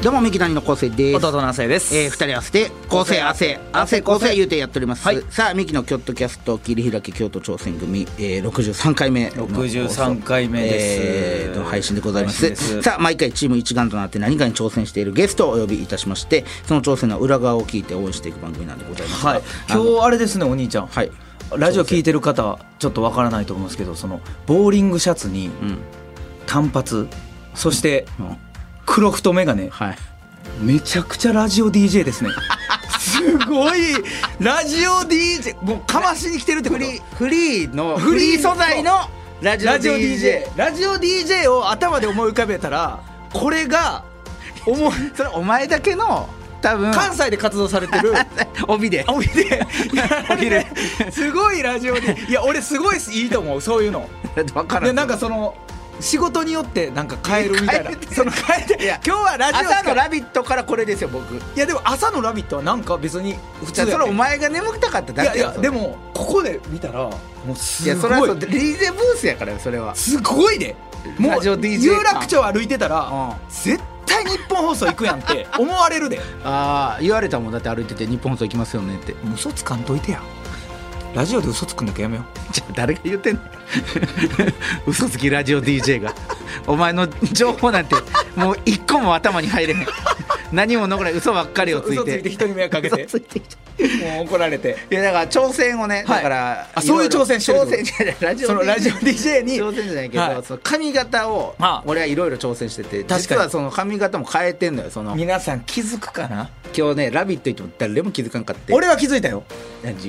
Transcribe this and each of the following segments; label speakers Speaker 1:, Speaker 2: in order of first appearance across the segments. Speaker 1: どうもミキ谷の構成です
Speaker 2: 弟の亜生です、
Speaker 1: えー、2人合わせて構成汗汗構成言うてやっております、
Speaker 2: はい
Speaker 1: さあミキのキョットキャスト切り開け京都挑戦組、えー、63回目の放送
Speaker 2: 63回目です
Speaker 1: えーと配信でございます
Speaker 2: 配信です
Speaker 1: さあ毎回チーム一丸となって何かに挑戦しているゲストをお呼びいたしましてその挑戦の裏側を聞いて応援していく番組なんでございますが
Speaker 2: はい、
Speaker 1: あの
Speaker 2: 今日あれですねお兄ちゃん、
Speaker 1: はい
Speaker 2: ラジオ聞いてる方ちょっとわからないと思うんですけどそのボーリングシャツに
Speaker 1: ん
Speaker 2: 短髪そして
Speaker 1: うん
Speaker 2: 黒太眼鏡
Speaker 1: はい
Speaker 2: めちゃくちゃラジオ DJ です ねすごいラジオ DJ もうかましに来てるってこ
Speaker 1: フ
Speaker 2: と
Speaker 1: リーフリーの
Speaker 2: フ
Speaker 1: フ
Speaker 2: リー
Speaker 1: リー素材のラジオ DJ,
Speaker 2: ラジオ DJ ラジオ DJ を頭で思い浮かべたらこれが思い
Speaker 1: それお前だけの多分
Speaker 2: 関西で活動され てる
Speaker 1: 帯で
Speaker 2: おいでおいですごいラジオでいや俺すごいいいと思うそういうの
Speaker 1: 分から
Speaker 2: でなんかその仕事によってなんか変えるみたいな
Speaker 1: 変えて
Speaker 2: その変え
Speaker 1: い
Speaker 2: て
Speaker 1: や
Speaker 2: 今日はラジオです
Speaker 1: 朝
Speaker 2: か
Speaker 1: の「
Speaker 2: ら
Speaker 1: ラビット!」からこれですよ僕
Speaker 2: いやでも朝の「ラビット!」はなんか別に普
Speaker 1: じゃ
Speaker 2: 通
Speaker 1: あそれお
Speaker 2: い
Speaker 1: 前が眠たかっただ
Speaker 2: やい
Speaker 1: けよ
Speaker 2: や
Speaker 1: それ
Speaker 2: でもここで見たらもうす
Speaker 1: い
Speaker 2: ごい
Speaker 1: やそれはそう DJ ブースやからよそれは
Speaker 2: すごいねも
Speaker 1: ラ
Speaker 2: う
Speaker 1: ジオ DJ
Speaker 2: 有楽町歩いてた
Speaker 1: うん
Speaker 2: ら絶対日本放送行くや んって思われるで
Speaker 1: ああ言われたもんだって歩いてて「日本放送行きますよね」って
Speaker 2: 嘘つかんといてやラジオで嘘つくんだけやめよう
Speaker 1: じゃあ誰が言 ってんの嘘つきラジオ DJ がお前の情報なんてもう一個も頭に入れへん何も残らない嘘ばっかりをつい
Speaker 2: 嘘つ
Speaker 1: て
Speaker 2: いて人に迷惑かけて
Speaker 1: 嘘ついてきた
Speaker 2: もう怒られて
Speaker 1: いやだから挑戦をね、
Speaker 2: はい
Speaker 1: だから
Speaker 2: あそういう挑戦してる
Speaker 1: 挑戦じゃないラジオ
Speaker 2: そのラジオ DJ に
Speaker 1: 挑戦じゃないけど、
Speaker 2: はい
Speaker 1: その髪型を
Speaker 2: はあ
Speaker 1: 俺はいろいろ挑戦してて
Speaker 2: かに
Speaker 1: 実はその髪型も変えてんのよその
Speaker 2: 皆さん気づくかな
Speaker 1: 今日ね「ラビット!」言っても誰も気づかんかって
Speaker 2: 俺は気づいたよ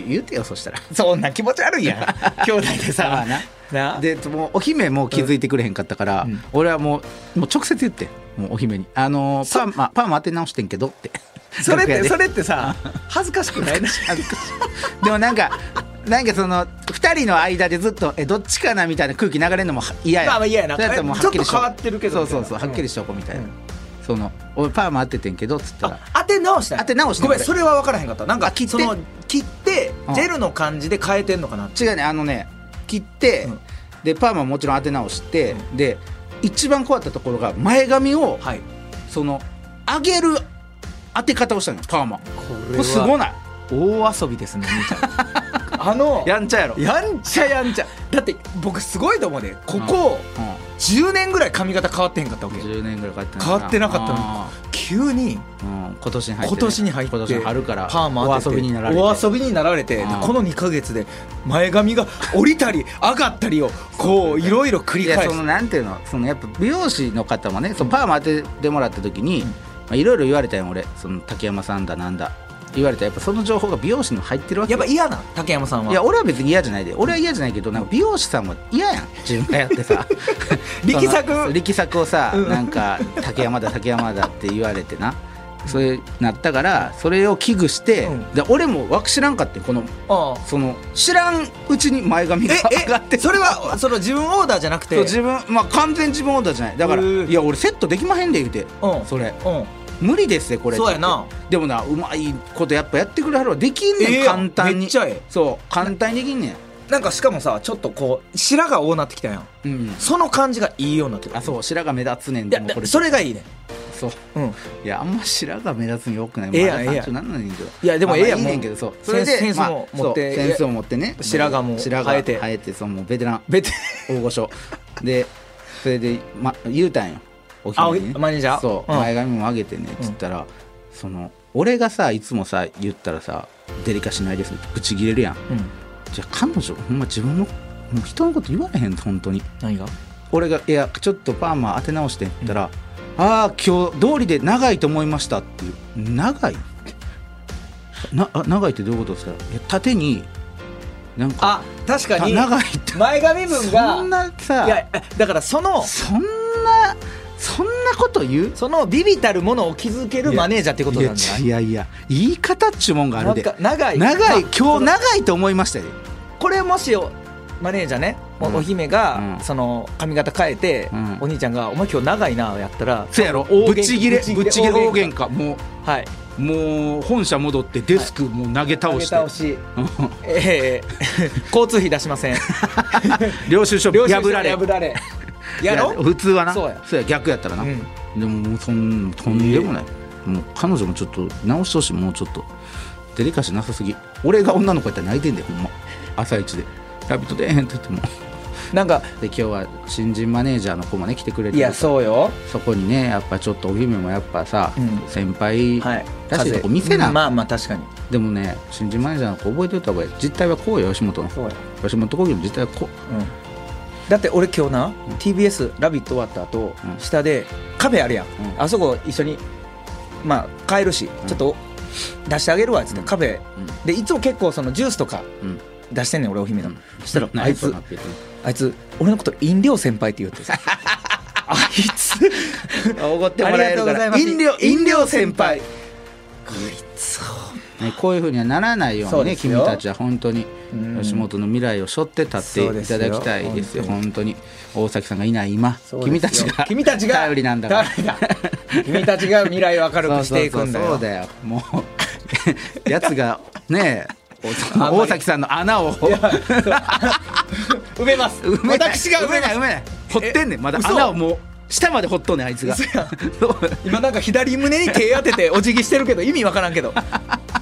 Speaker 1: 言うてよそしたら
Speaker 2: そんな気持ち悪いやん 兄弟でさな
Speaker 1: でもうお姫も気づいてくれへんかったから、
Speaker 2: うん
Speaker 1: 俺はもうもう直接言ってもうお姫に「あのー、パンマパンマ当て直してんけど」って
Speaker 2: それっ
Speaker 1: 楽屋
Speaker 2: て
Speaker 1: で
Speaker 2: それっ てさ恥ずかしくないな
Speaker 1: 恥ずかしいでもなんかなんかその2人の間でずっとえどっちかなみたいな空気流れるのもは嫌や
Speaker 2: まあまあ嫌やな
Speaker 1: それったらもうはっきりしよう
Speaker 2: ちょっと変わってるけど
Speaker 1: そう
Speaker 2: みた
Speaker 1: そ
Speaker 2: いな
Speaker 1: うそうはっきりしとこうみたいな、
Speaker 2: うん
Speaker 1: その「俺パーマ当ててんけど」っつったら
Speaker 2: 当て直した
Speaker 1: 当て直した
Speaker 2: ごめんそれは分からへんかったなんか
Speaker 1: あ切って
Speaker 2: その切って
Speaker 1: うん
Speaker 2: ジェルの感じで変えてんのかなって
Speaker 1: 違うねあのね切って、
Speaker 2: うん
Speaker 1: でパーマもちろん当て直して、
Speaker 2: う
Speaker 1: で一番怖かったところが前髪を
Speaker 2: はい
Speaker 1: その上げる当て方をしたのよパーマこ
Speaker 2: こ
Speaker 1: れすご
Speaker 2: い
Speaker 1: ない
Speaker 2: 大遊びですねみたいなあ の
Speaker 1: やんちゃやろ
Speaker 2: やんちゃやんちゃだって僕すごいと思うでここ
Speaker 1: う
Speaker 2: 10年ぐらい髪型変わってへんかったわ
Speaker 1: ん、
Speaker 2: け
Speaker 1: 10年ぐらい変わってない
Speaker 2: 変わってなかったの
Speaker 1: あ
Speaker 2: 急
Speaker 1: ー
Speaker 2: に
Speaker 1: うん今年に入ってね、
Speaker 2: 今年に入って
Speaker 1: 今年の春から
Speaker 2: パーマ当てて
Speaker 1: お遊びになられて
Speaker 2: お遊びになられてで
Speaker 1: うん
Speaker 2: この2か月で前髪が降りたり上がったりをこういろいろ繰り
Speaker 1: いや
Speaker 2: 返
Speaker 1: その
Speaker 2: す
Speaker 1: なんていうのそのやっぱ美容師の方もねそのパーマ当ててもらった時にまあいろいろ言われたよ俺その竹山さんだなんだ言われたやっぱその情報が美容師にも入ってるわけ
Speaker 2: やっ
Speaker 1: よ
Speaker 2: ぱ嫌な竹山さん
Speaker 1: いや
Speaker 2: は
Speaker 1: 俺は別に嫌じゃないで俺は嫌じゃないけどなんか美容師さんは嫌やん自分がやってさ
Speaker 2: 力作
Speaker 1: その力作をさ
Speaker 2: うん
Speaker 1: なんか竹山だ竹山だって言われてなそれなったからそれを危惧して、
Speaker 2: うん
Speaker 1: で俺もわく知らんかってこの
Speaker 2: ああ
Speaker 1: その知らんうちに前髪
Speaker 2: え
Speaker 1: が上がって
Speaker 2: えそれはその自分オーダーじゃなくて
Speaker 1: そう自分まあ完全自分オーダーじゃないだから
Speaker 2: へー
Speaker 1: いや俺セットできまへんで言うて
Speaker 2: うん
Speaker 1: それ
Speaker 2: うん
Speaker 1: 無理ですねこれ
Speaker 2: そうやな
Speaker 1: ってでもなうまいことやっぱやってくれはるわできんねん、
Speaker 2: ええや
Speaker 1: 簡
Speaker 2: ん
Speaker 1: 単に
Speaker 2: めっちゃええ
Speaker 1: そう簡単にできんねん
Speaker 2: なんかしかもさちょっとこう白が多なってきたやん
Speaker 1: うん
Speaker 2: その感じがいいようになってくる
Speaker 1: あそう白髪目立つねん
Speaker 2: いや
Speaker 1: もうこれ
Speaker 2: それがいいね
Speaker 1: そう
Speaker 2: うん
Speaker 1: いやあんま白髪目立つのよくない
Speaker 2: ええやん
Speaker 1: まだ
Speaker 2: ええやん
Speaker 1: 30なんねんけど
Speaker 2: いやでもええやん
Speaker 1: あまあいいね
Speaker 2: も
Speaker 1: ん
Speaker 2: う
Speaker 1: けどそう
Speaker 2: センスセンスも
Speaker 1: まあ
Speaker 2: 持って
Speaker 1: そうセンスを持ってね
Speaker 2: 白髪も
Speaker 1: 白髪
Speaker 2: 生えて
Speaker 1: 生えてそうもうベテラン
Speaker 2: ベテ
Speaker 1: 大御所でそれで、ま、言うたんよお
Speaker 2: あお
Speaker 1: 姫にね
Speaker 2: マネージャー
Speaker 1: そう、
Speaker 2: うん
Speaker 1: 前髪も上げてねっつったら、その俺がさいつもさ言ったらさデリカしないですってブチ切れるやん
Speaker 2: うん
Speaker 1: じゃあ彼女ほんま自分のもう人のこと言われへん本当に
Speaker 2: 何が
Speaker 1: 俺が「いやちょっとパーマ当て直して」って言ったら「ああ今日通りで長いと思いました」っていう「長い?」なあ長いってどういうことですかいや縦になんか
Speaker 2: あ確かに
Speaker 1: た長いって
Speaker 2: 前髪分が
Speaker 1: そんなさ
Speaker 2: いやえだからその
Speaker 1: そんなそんなこと言う
Speaker 2: そのビビたるものを築けるマネージャーってことなんじゃない
Speaker 1: いやいやいや言い方っちゅうもんがあるで
Speaker 2: なんか長い
Speaker 1: 長い
Speaker 2: あ
Speaker 1: 今
Speaker 2: そ
Speaker 1: 日
Speaker 2: の
Speaker 1: 長いと思いましたよ
Speaker 2: これもしよマネージャーねおお姫が、
Speaker 1: うん
Speaker 2: その髪型変えて、
Speaker 1: うん
Speaker 2: お兄ちゃんが「お前今日長いな」やったら
Speaker 1: せやろ
Speaker 2: 大喧嘩
Speaker 1: ぶっちぎれ
Speaker 2: ぶっちぎ
Speaker 1: ぶ
Speaker 2: れ
Speaker 1: っちぎれ大
Speaker 2: 大
Speaker 1: 喧
Speaker 2: 喧
Speaker 1: 嘩も
Speaker 2: はいう
Speaker 1: もう本社戻ってデスクもう投げ倒して、
Speaker 2: 投げ倒しええ 交通費出しません
Speaker 1: 領収書
Speaker 2: 領収書
Speaker 1: 破られ
Speaker 2: 破られやろ
Speaker 1: 普通はな
Speaker 2: そうや
Speaker 1: 逆やったらな、
Speaker 2: うん
Speaker 1: でももうそんとんでもない、もう彼女もちょっと直してほしいもうちょっとデリカシーなさすぎ俺が女の子やったら泣いてんだよほんま朝一で「ラビット!」出えへんって言っても
Speaker 2: なんか
Speaker 1: で今日は新人マネージャーの子もね来てくれてる
Speaker 2: いやそうよ
Speaker 1: そこにねやっぱちょっとお姫もやっぱさ、
Speaker 2: うん
Speaker 1: 先輩
Speaker 2: はい
Speaker 1: らしいとこ見せな、
Speaker 2: うんまあまあ確かに
Speaker 1: でもね新人マネージャーの子覚えておいた方がいい実態はこうよ吉本の
Speaker 2: そうよ
Speaker 1: 吉本興業の実態はこ
Speaker 2: うんだって俺今日な、TBS「ラビット!」終わった後、
Speaker 1: うん
Speaker 2: 下でカフェあるやん、
Speaker 1: ん
Speaker 2: あそこ一緒にまあ買えるし、ちょっと出してあげるわっつって、カフェ
Speaker 1: う、うん
Speaker 2: でいつも結構そのジュースとか
Speaker 1: うん
Speaker 2: 出してんねん俺お姫の、
Speaker 1: うん
Speaker 2: そしたら
Speaker 1: な
Speaker 2: あいつ
Speaker 1: なっ て言って
Speaker 2: あいつ俺のこと飲料先輩って言うって さあいつ
Speaker 1: おごって
Speaker 2: もらえるから
Speaker 1: 飲料飲料先輩
Speaker 2: こいつ
Speaker 1: ね、こういうふうにはならないよう
Speaker 2: そう
Speaker 1: に
Speaker 2: で
Speaker 1: ね
Speaker 2: すよ
Speaker 1: 君たちは本当に
Speaker 2: うん
Speaker 1: 吉本の未来を背負って立っていただきたいですよ
Speaker 2: そうですよ
Speaker 1: 本当に大崎さんがいない今君たちが
Speaker 2: 君たちが
Speaker 1: 頼りなんだから
Speaker 2: 頼りだ君たちが未来を明るくしていくんだ
Speaker 1: そうそ
Speaker 2: よ
Speaker 1: うそうそうだよもうやつがねそ の
Speaker 2: あんまり
Speaker 1: 大崎さんの穴を
Speaker 2: 埋めます
Speaker 1: 埋めない
Speaker 2: 私が埋
Speaker 1: 埋め
Speaker 2: めま
Speaker 1: ない
Speaker 2: す
Speaker 1: 埋めない掘ってんねんまだ
Speaker 2: 嘘
Speaker 1: 穴をもう下まで掘っとんねんあいつが
Speaker 2: 嘘やん
Speaker 1: そう
Speaker 2: 今なんか左胸に手当ててお辞儀してるけど意味わからんけど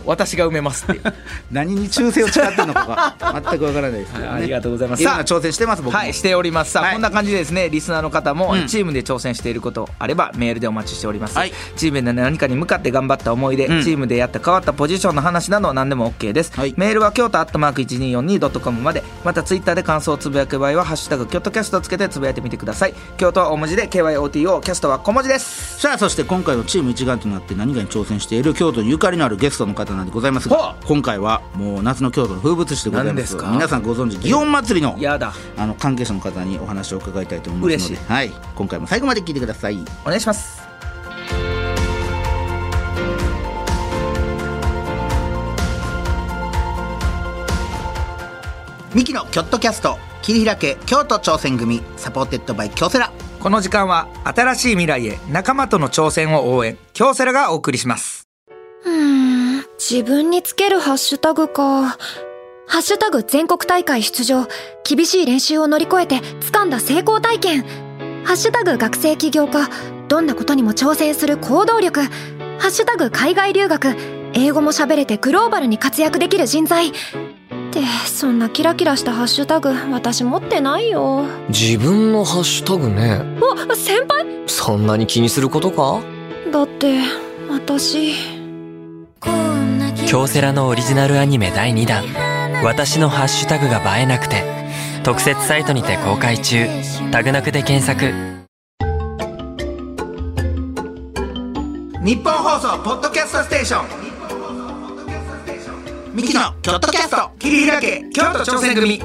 Speaker 2: 私が埋めますっていう
Speaker 1: 何に忠誠を誓ったのかが全くわからないですけどね
Speaker 2: はいありがとうございます
Speaker 1: ろんな挑戦してます僕も
Speaker 2: はいしておりますさあ、
Speaker 1: はい
Speaker 2: こんな感じでですねリスナーの方も
Speaker 1: うん
Speaker 2: チームで挑戦していることあればメールでお待ちしております、
Speaker 1: はい
Speaker 2: チームで何かに向かって頑張った思い出、
Speaker 1: うん
Speaker 2: チームでやった変わったポジションの話など何でも OK です、
Speaker 1: はい
Speaker 2: メールは京都アットマーク 1242.com までまたツイッターで感想をつぶやく場合は「ハッシュタグ京都キャスト」つけてつぶやいてみてください京都は大文字で KYOTO キャストは小文字です
Speaker 1: さあそして今回のチーム一丸となって何かに挑戦している京都にゆかりのあるゲストの方なんでございます
Speaker 2: ほ
Speaker 1: が今回はもう夏の京都の風物詩でござい
Speaker 2: 何
Speaker 1: ま
Speaker 2: ですす
Speaker 1: が
Speaker 2: か
Speaker 1: 皆さんご存知祇園祭りの
Speaker 2: やだ
Speaker 1: あの関係者の方にお話を伺いたいと思いますの
Speaker 2: 嬉
Speaker 1: で、はい、今回も最後まで聞いてください
Speaker 2: お願いします
Speaker 1: ミキのキョットキャスト切り開け京都挑戦組サポーテッドバイ京セラ
Speaker 2: この時間は新しい未来へ仲間との挑戦を応援京セラがお送りします
Speaker 3: うーん自分につけるハッシュタグか。ハッシュタグ全国大会出場。厳しい練習を乗り越えて掴んだ成功体験。ハッシュタグ学生起業家。どんなことにも挑戦する行動力。ハッシュタグ海外留学。英語も喋れてグローバルに活躍できる人材。って、そんなキラキラしたハッシュタグ私持ってないよ。
Speaker 4: 自分のハッシュタグね
Speaker 3: あ、先輩
Speaker 4: そんなに気にすることか
Speaker 3: だって、私。
Speaker 4: 京セラのオリジナルアニメ第2弾「私のハッシュタグが映えなくて」特設サイトにて公開中タグなくで検索
Speaker 1: 日本放送ポッドキャストステーションミキのキョットキャスト切り開け京都挑戦組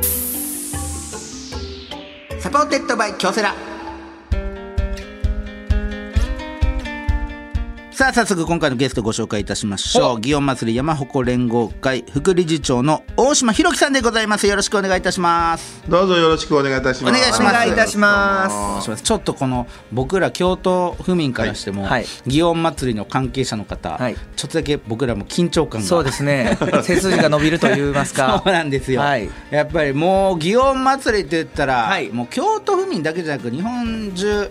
Speaker 1: サポーテッドバイ京セラさあ早速今回のゲストご紹介いたしましょう祇園祭り山鉾連合会副理事長の大島弘樹さんでございますよろしくお願いいたします
Speaker 5: どうぞよろしくお願いいたします。
Speaker 1: お願いし
Speaker 2: お
Speaker 1: ます
Speaker 2: 願いいたします
Speaker 1: お願いしますちょっとこの僕ら京都府民からしても、
Speaker 2: はいはい
Speaker 1: 祇園祭りの関係者の方、
Speaker 2: はい
Speaker 1: ちょっとだけ僕らも緊張感が
Speaker 2: そうです ね背筋が伸びると言います か
Speaker 1: そうなんですよ、
Speaker 2: はい
Speaker 1: やっぱりもう祇園祭りって言ったら、
Speaker 2: はい
Speaker 1: もう京都府民だけじゃなく日本中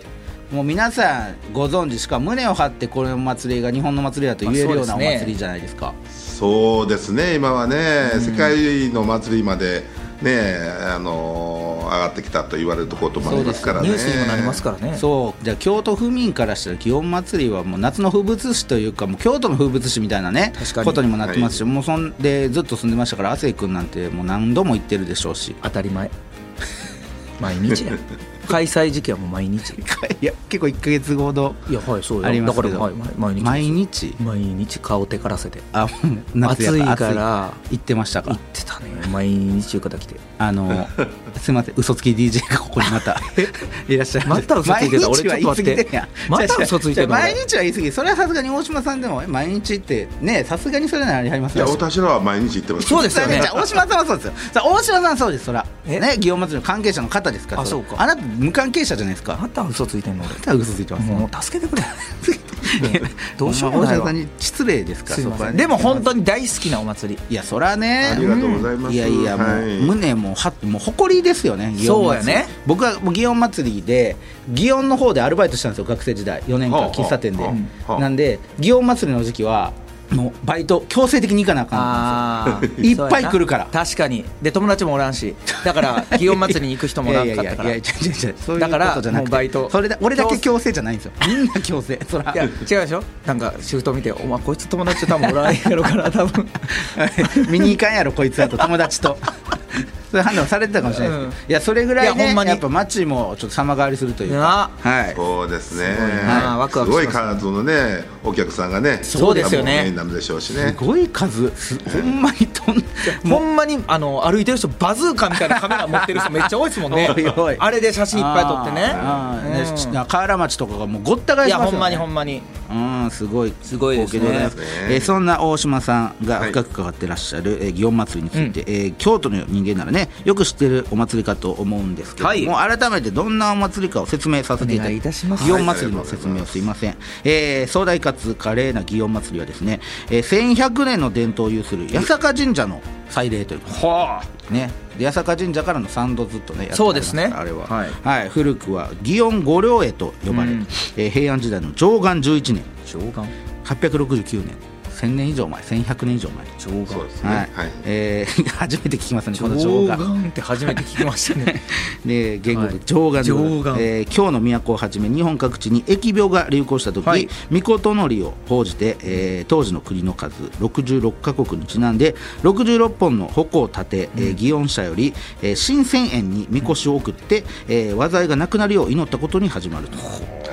Speaker 1: もう皆さんご存知しかも胸を張ってこれの祭りが日本の祭りだと言えるような
Speaker 2: まあ
Speaker 1: お
Speaker 2: そうですね
Speaker 1: 祭りじゃないですか、
Speaker 5: そうですね、今はね、世界の祭りまで、ね、あのー上がってきたと言われるところともありますからね。
Speaker 2: ニュースにもなりますからね
Speaker 1: そうじゃあ京都府民からしたら祇園祭りはもう夏の風物詩というかもう京都の風物詩みたいなね
Speaker 2: 確かに
Speaker 1: ことにもなってますし、もうそんでずっと住んでましたから亜生君なんてもう何度も行ってるでしょうし
Speaker 2: 当たり前 毎日や開催時期はもう毎日
Speaker 1: いや結構1か月ほど
Speaker 2: いやはいそうよ
Speaker 1: ありますけ
Speaker 2: だ
Speaker 1: ど
Speaker 2: からはい毎日
Speaker 1: 毎日
Speaker 2: 毎日顔手からせて
Speaker 1: あもう夏や
Speaker 2: 暑い
Speaker 1: ら
Speaker 2: から
Speaker 1: 暑い行ってましたか
Speaker 2: 行ってたね毎日浴衣着て
Speaker 1: あ のすみません嘘つき DJ がここにまたいらっしゃい
Speaker 2: また嘘ついてた
Speaker 1: 毎日は言い過ぎてんや
Speaker 2: 俺ちょ
Speaker 1: 違う違う
Speaker 2: っと待ってまた嘘ついてるの
Speaker 1: 違う毎日は言い過ぎそれはさすがに大島さんでも毎日ってねさすがにそれなりにあります
Speaker 5: い
Speaker 1: よ
Speaker 5: や私らは毎日行ってます
Speaker 2: そうですよね
Speaker 1: じゃあ大島さんはそうですよさあ大島さんはそうですそら
Speaker 2: え
Speaker 1: ね祇園祭の関係者の方ですから
Speaker 2: あ
Speaker 1: れは
Speaker 2: そうか
Speaker 1: あなた無関係者じゃないですかあ
Speaker 2: また嘘ついてんの俺
Speaker 1: なたは嘘ついてます
Speaker 2: もう助けてく れどうしよう
Speaker 1: ほ
Speaker 2: も
Speaker 1: んま
Speaker 2: な
Speaker 1: 大島
Speaker 2: いわ
Speaker 1: さんに失礼ですから
Speaker 2: すいま
Speaker 1: そこ
Speaker 2: せ
Speaker 1: は
Speaker 2: ん
Speaker 1: ね
Speaker 2: でも本当に大好きなお祭り
Speaker 1: いやそらね
Speaker 5: ありがとうございます
Speaker 1: いやいやもう、
Speaker 5: はい
Speaker 1: 胸もうはもう誇りですよね祇園祭
Speaker 2: そうやね
Speaker 1: 僕はもう祇園祭りで祇園の方でアルバイトしたんですよ学生時代4年
Speaker 5: はあ
Speaker 1: 間
Speaker 5: はあ
Speaker 1: 喫茶店で
Speaker 5: はあはあ
Speaker 1: なんで祇園祭りの時期はもうバイト強制的に行かなあかんかっ
Speaker 2: ああ
Speaker 1: いっぱい来るから
Speaker 2: 確かにで友達もおらんしだから祇園祭りに行く人
Speaker 1: たん
Speaker 2: も
Speaker 1: で
Speaker 2: お
Speaker 1: す
Speaker 2: ら
Speaker 1: よ
Speaker 2: ん
Speaker 1: い
Speaker 2: か
Speaker 1: やい
Speaker 2: っ
Speaker 1: や
Speaker 2: た
Speaker 1: い
Speaker 2: か
Speaker 1: やい
Speaker 2: ら
Speaker 1: や違う違う違うそういう
Speaker 2: だから
Speaker 1: ことじゃなく
Speaker 2: もう
Speaker 1: て
Speaker 2: バイト
Speaker 1: それだ俺だけ強制じゃないんですよみんな強制そら
Speaker 2: いや違うでしょなんかシフト見て「お前こいつ友達多分おらんやろから多分
Speaker 1: 見に行かんやろこいつだと友達と そういう判断をされてたかもしれないですけど、いやそれぐらい,、
Speaker 2: いや
Speaker 1: ね、
Speaker 2: ほんま
Speaker 1: や
Speaker 2: に
Speaker 1: っぱ街もちょっと様変わりするというか
Speaker 2: な
Speaker 1: はい
Speaker 5: そうですね
Speaker 2: なワクワク
Speaker 5: すご
Speaker 2: し
Speaker 5: い
Speaker 2: ます
Speaker 5: 数のねお客さんがね
Speaker 2: そうですよね
Speaker 5: 多分メインになるでしょうし
Speaker 1: す
Speaker 5: ね
Speaker 1: ごい数すほんまにとん
Speaker 2: ほんまにあの歩いてる人バズーカみたいなカメラ持ってる人めっちゃ多いですもんね
Speaker 1: おいおい
Speaker 2: あれで写真いっぱい撮ってね
Speaker 1: あーあーねち
Speaker 2: うん
Speaker 1: 河原町とかがもうごった返
Speaker 2: い
Speaker 1: し
Speaker 2: や
Speaker 1: ますよ、ね、
Speaker 2: ほんまにほんまに
Speaker 1: うんすごい
Speaker 2: すごいですね
Speaker 1: 光景ございますえーそんな大島さんが
Speaker 5: はい
Speaker 1: 深く関わってらっしゃる、えー祇園祭りについて、えー京都の人間ならねよく知ってるお祭りかと思うんですけども、
Speaker 2: はい
Speaker 1: 改めてどんなお祭りかを説明させていただ
Speaker 2: お願いいたします
Speaker 1: 祇園祭りの説明をすいません、えー壮大かつ華麗な祇園祭りはですね、えー1100年の伝統を有する八坂神社の祭礼ということね、で八坂神社からの参道ずっとねやって
Speaker 2: そうですね
Speaker 1: ありますからあれは、
Speaker 2: はい
Speaker 1: はい、古くは祇園五稜絵と呼ばれ、
Speaker 2: うん
Speaker 1: えー平安時代の貞観11年
Speaker 2: 上眼
Speaker 1: 869年1000年以上前1100年以上前
Speaker 2: 上
Speaker 5: そうですね
Speaker 1: はい、
Speaker 5: はい
Speaker 1: えー 初めて聞きますねこの
Speaker 2: 上
Speaker 1: 貞観
Speaker 2: 眼って初めて聞きましたね
Speaker 1: で言語
Speaker 2: はい
Speaker 1: で上眼でございます、
Speaker 2: 上眼
Speaker 1: えー京の都をはじめ日本各地に疫病が流行した時、
Speaker 2: はい
Speaker 1: 御事のりを報じて、えー当時の国の数66カ国にちなんで66本の矛を立て、えー祇園社より、えー新鮮園にみこしを送って、えー災いがなくなるよう祈ったことに始まると、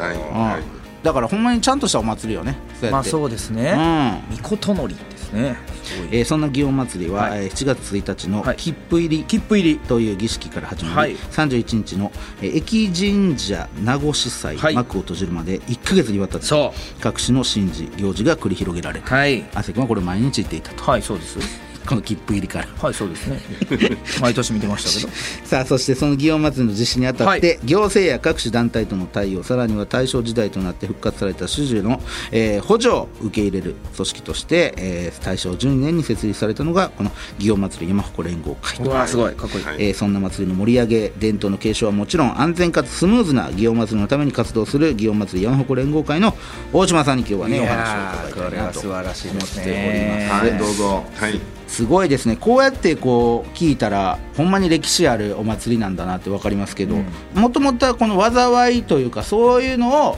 Speaker 5: はい
Speaker 1: あ
Speaker 5: は
Speaker 1: ー
Speaker 5: い
Speaker 1: だからほんまにちゃんとしたお祭りよねそうや って
Speaker 2: まあそうです
Speaker 1: う
Speaker 2: ね
Speaker 1: ん
Speaker 2: みことのりですねすごい
Speaker 1: えーそんな祇園祭りは、
Speaker 2: はい
Speaker 1: えー7月1日の
Speaker 2: はい
Speaker 1: 切符入り、切符入りという儀式から始まり、
Speaker 2: はい
Speaker 1: 31日の、えー、駅神社名護司祭、
Speaker 2: はい
Speaker 1: 幕を閉じるまで1か月にわたって
Speaker 2: そ
Speaker 1: 各種の神事行事が繰り広げられ
Speaker 2: う
Speaker 1: た
Speaker 2: はい
Speaker 1: 汗君はこれ毎日行っていたと
Speaker 2: はいそうです
Speaker 1: この切符入りから。
Speaker 2: はいそうですね毎年見てましたけど
Speaker 1: さあそしてその祇園祭の実施にあたって、行政や各種団体との対応さらには大正時代となって復活された主従の、えー補助を受け入れる組織として、えー大正12年に設立されたのがこの祇園祭山鉾連合会と
Speaker 2: うわすごいかっこいい
Speaker 5: はい
Speaker 1: えーそんな祭りの盛り上げ伝統の継承はもちろん安全かつスムーズな祇園祭りのために活動する祇園祭り山鉾連合会の大島さんに今日はね
Speaker 2: い
Speaker 1: お
Speaker 2: や
Speaker 1: 話を
Speaker 2: ー
Speaker 1: 伺いたいなと
Speaker 2: これは素晴らしい
Speaker 1: 思
Speaker 2: で
Speaker 1: っ
Speaker 2: す
Speaker 1: ており
Speaker 2: ね
Speaker 1: ます。
Speaker 5: はいどうぞはい
Speaker 1: すごいですねこうやってこう聞いたらほんまに歴史あるお祭りなんだなって分かりますけどもともとはこの災いというかそういうのを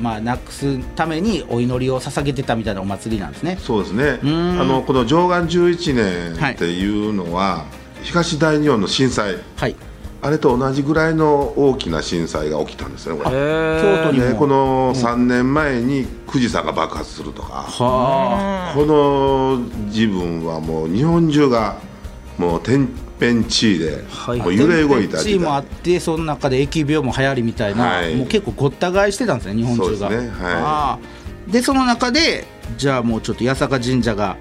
Speaker 1: まあなくすためにお祈りを捧げてたみたいなお祭りなんですね。
Speaker 5: そうですね
Speaker 1: ん
Speaker 5: あのこの上岸11
Speaker 1: はい
Speaker 5: 年っていうのは、東大日本の震災
Speaker 1: はい、
Speaker 5: あれと同じぐらいの大きな震災が起きたんですよねこれ
Speaker 1: 京都に
Speaker 5: で
Speaker 1: も
Speaker 5: この3年前に富士山が爆発するとか、
Speaker 1: は
Speaker 5: この自分はもう日本中がもう天変地異で、
Speaker 2: はい
Speaker 5: もう揺れ動いた
Speaker 1: チ
Speaker 5: 時
Speaker 1: ームあっ
Speaker 5: 代
Speaker 1: てその中で疫病も流行りみたいな、
Speaker 5: はい
Speaker 1: もう結構ごった返してたんですね日本中が。
Speaker 5: そうですねはい
Speaker 1: ああでその中でじゃあもうちょっと八坂神社が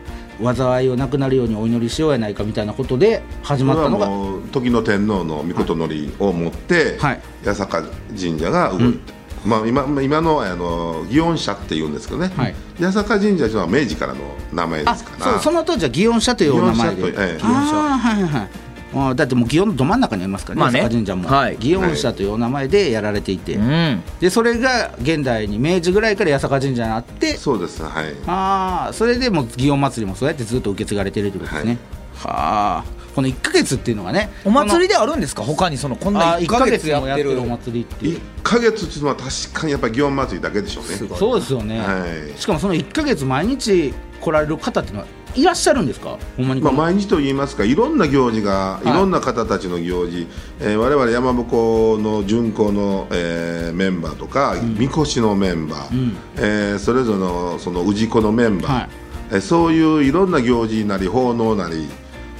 Speaker 1: 災いをなくなるようにお祈りしようやないかみたいなことで始
Speaker 5: こ
Speaker 1: ま
Speaker 5: れ
Speaker 1: った
Speaker 5: は
Speaker 1: のが
Speaker 5: もう時の天皇の御事のりを持って、
Speaker 1: はい
Speaker 5: 八坂神社が動いた、まあ、今今のあの祇園社っていうんですけどね、
Speaker 1: はい
Speaker 5: 八坂神社というのは明治からの名前で
Speaker 1: あ
Speaker 5: すから
Speaker 1: そうその当時は祇園社というお名前で
Speaker 5: 祇園社とええ
Speaker 1: ああはいはいはいああだってもう祇園のど真ん中にありますからね,、
Speaker 2: まあね
Speaker 1: 八坂神社も、
Speaker 2: はい
Speaker 1: 祇園社というお名前でやられていて、
Speaker 2: うん
Speaker 1: でそれが現代に明治ぐらいから八坂神社になって
Speaker 5: そうですはい
Speaker 1: ああそれでもう祇園祭りもそうやってずっと受け継がれてるってことですね、はあこの1か月っていうのがね
Speaker 2: お祭りであるんですか他にそのこん
Speaker 1: この
Speaker 2: な
Speaker 1: あ
Speaker 2: 1
Speaker 1: 1
Speaker 2: ヶ
Speaker 1: か
Speaker 2: 月
Speaker 1: 月
Speaker 2: や
Speaker 1: もや
Speaker 2: っ
Speaker 1: ってて
Speaker 2: る
Speaker 1: るお祭りっていう
Speaker 5: 1か月っていうのは確かにやっぱり祇園祭だけでしょうね
Speaker 2: ごい
Speaker 1: そうですよね、
Speaker 5: はい
Speaker 1: しかもその1か月毎日来られる方っていうのはいらっしゃるんですかほんまに
Speaker 5: ま
Speaker 1: こ
Speaker 5: あ、
Speaker 1: の、
Speaker 5: 毎日と言いますかいろんな行事が
Speaker 1: い
Speaker 5: いろんな方たちの行事、えー我々山鉾の巡行の、えーメンバーとか、みこしのメンバー、
Speaker 1: ん
Speaker 5: えーそれぞれのその氏子のメンバー、
Speaker 1: はい
Speaker 5: えーそういういろんな行事なり奉納なり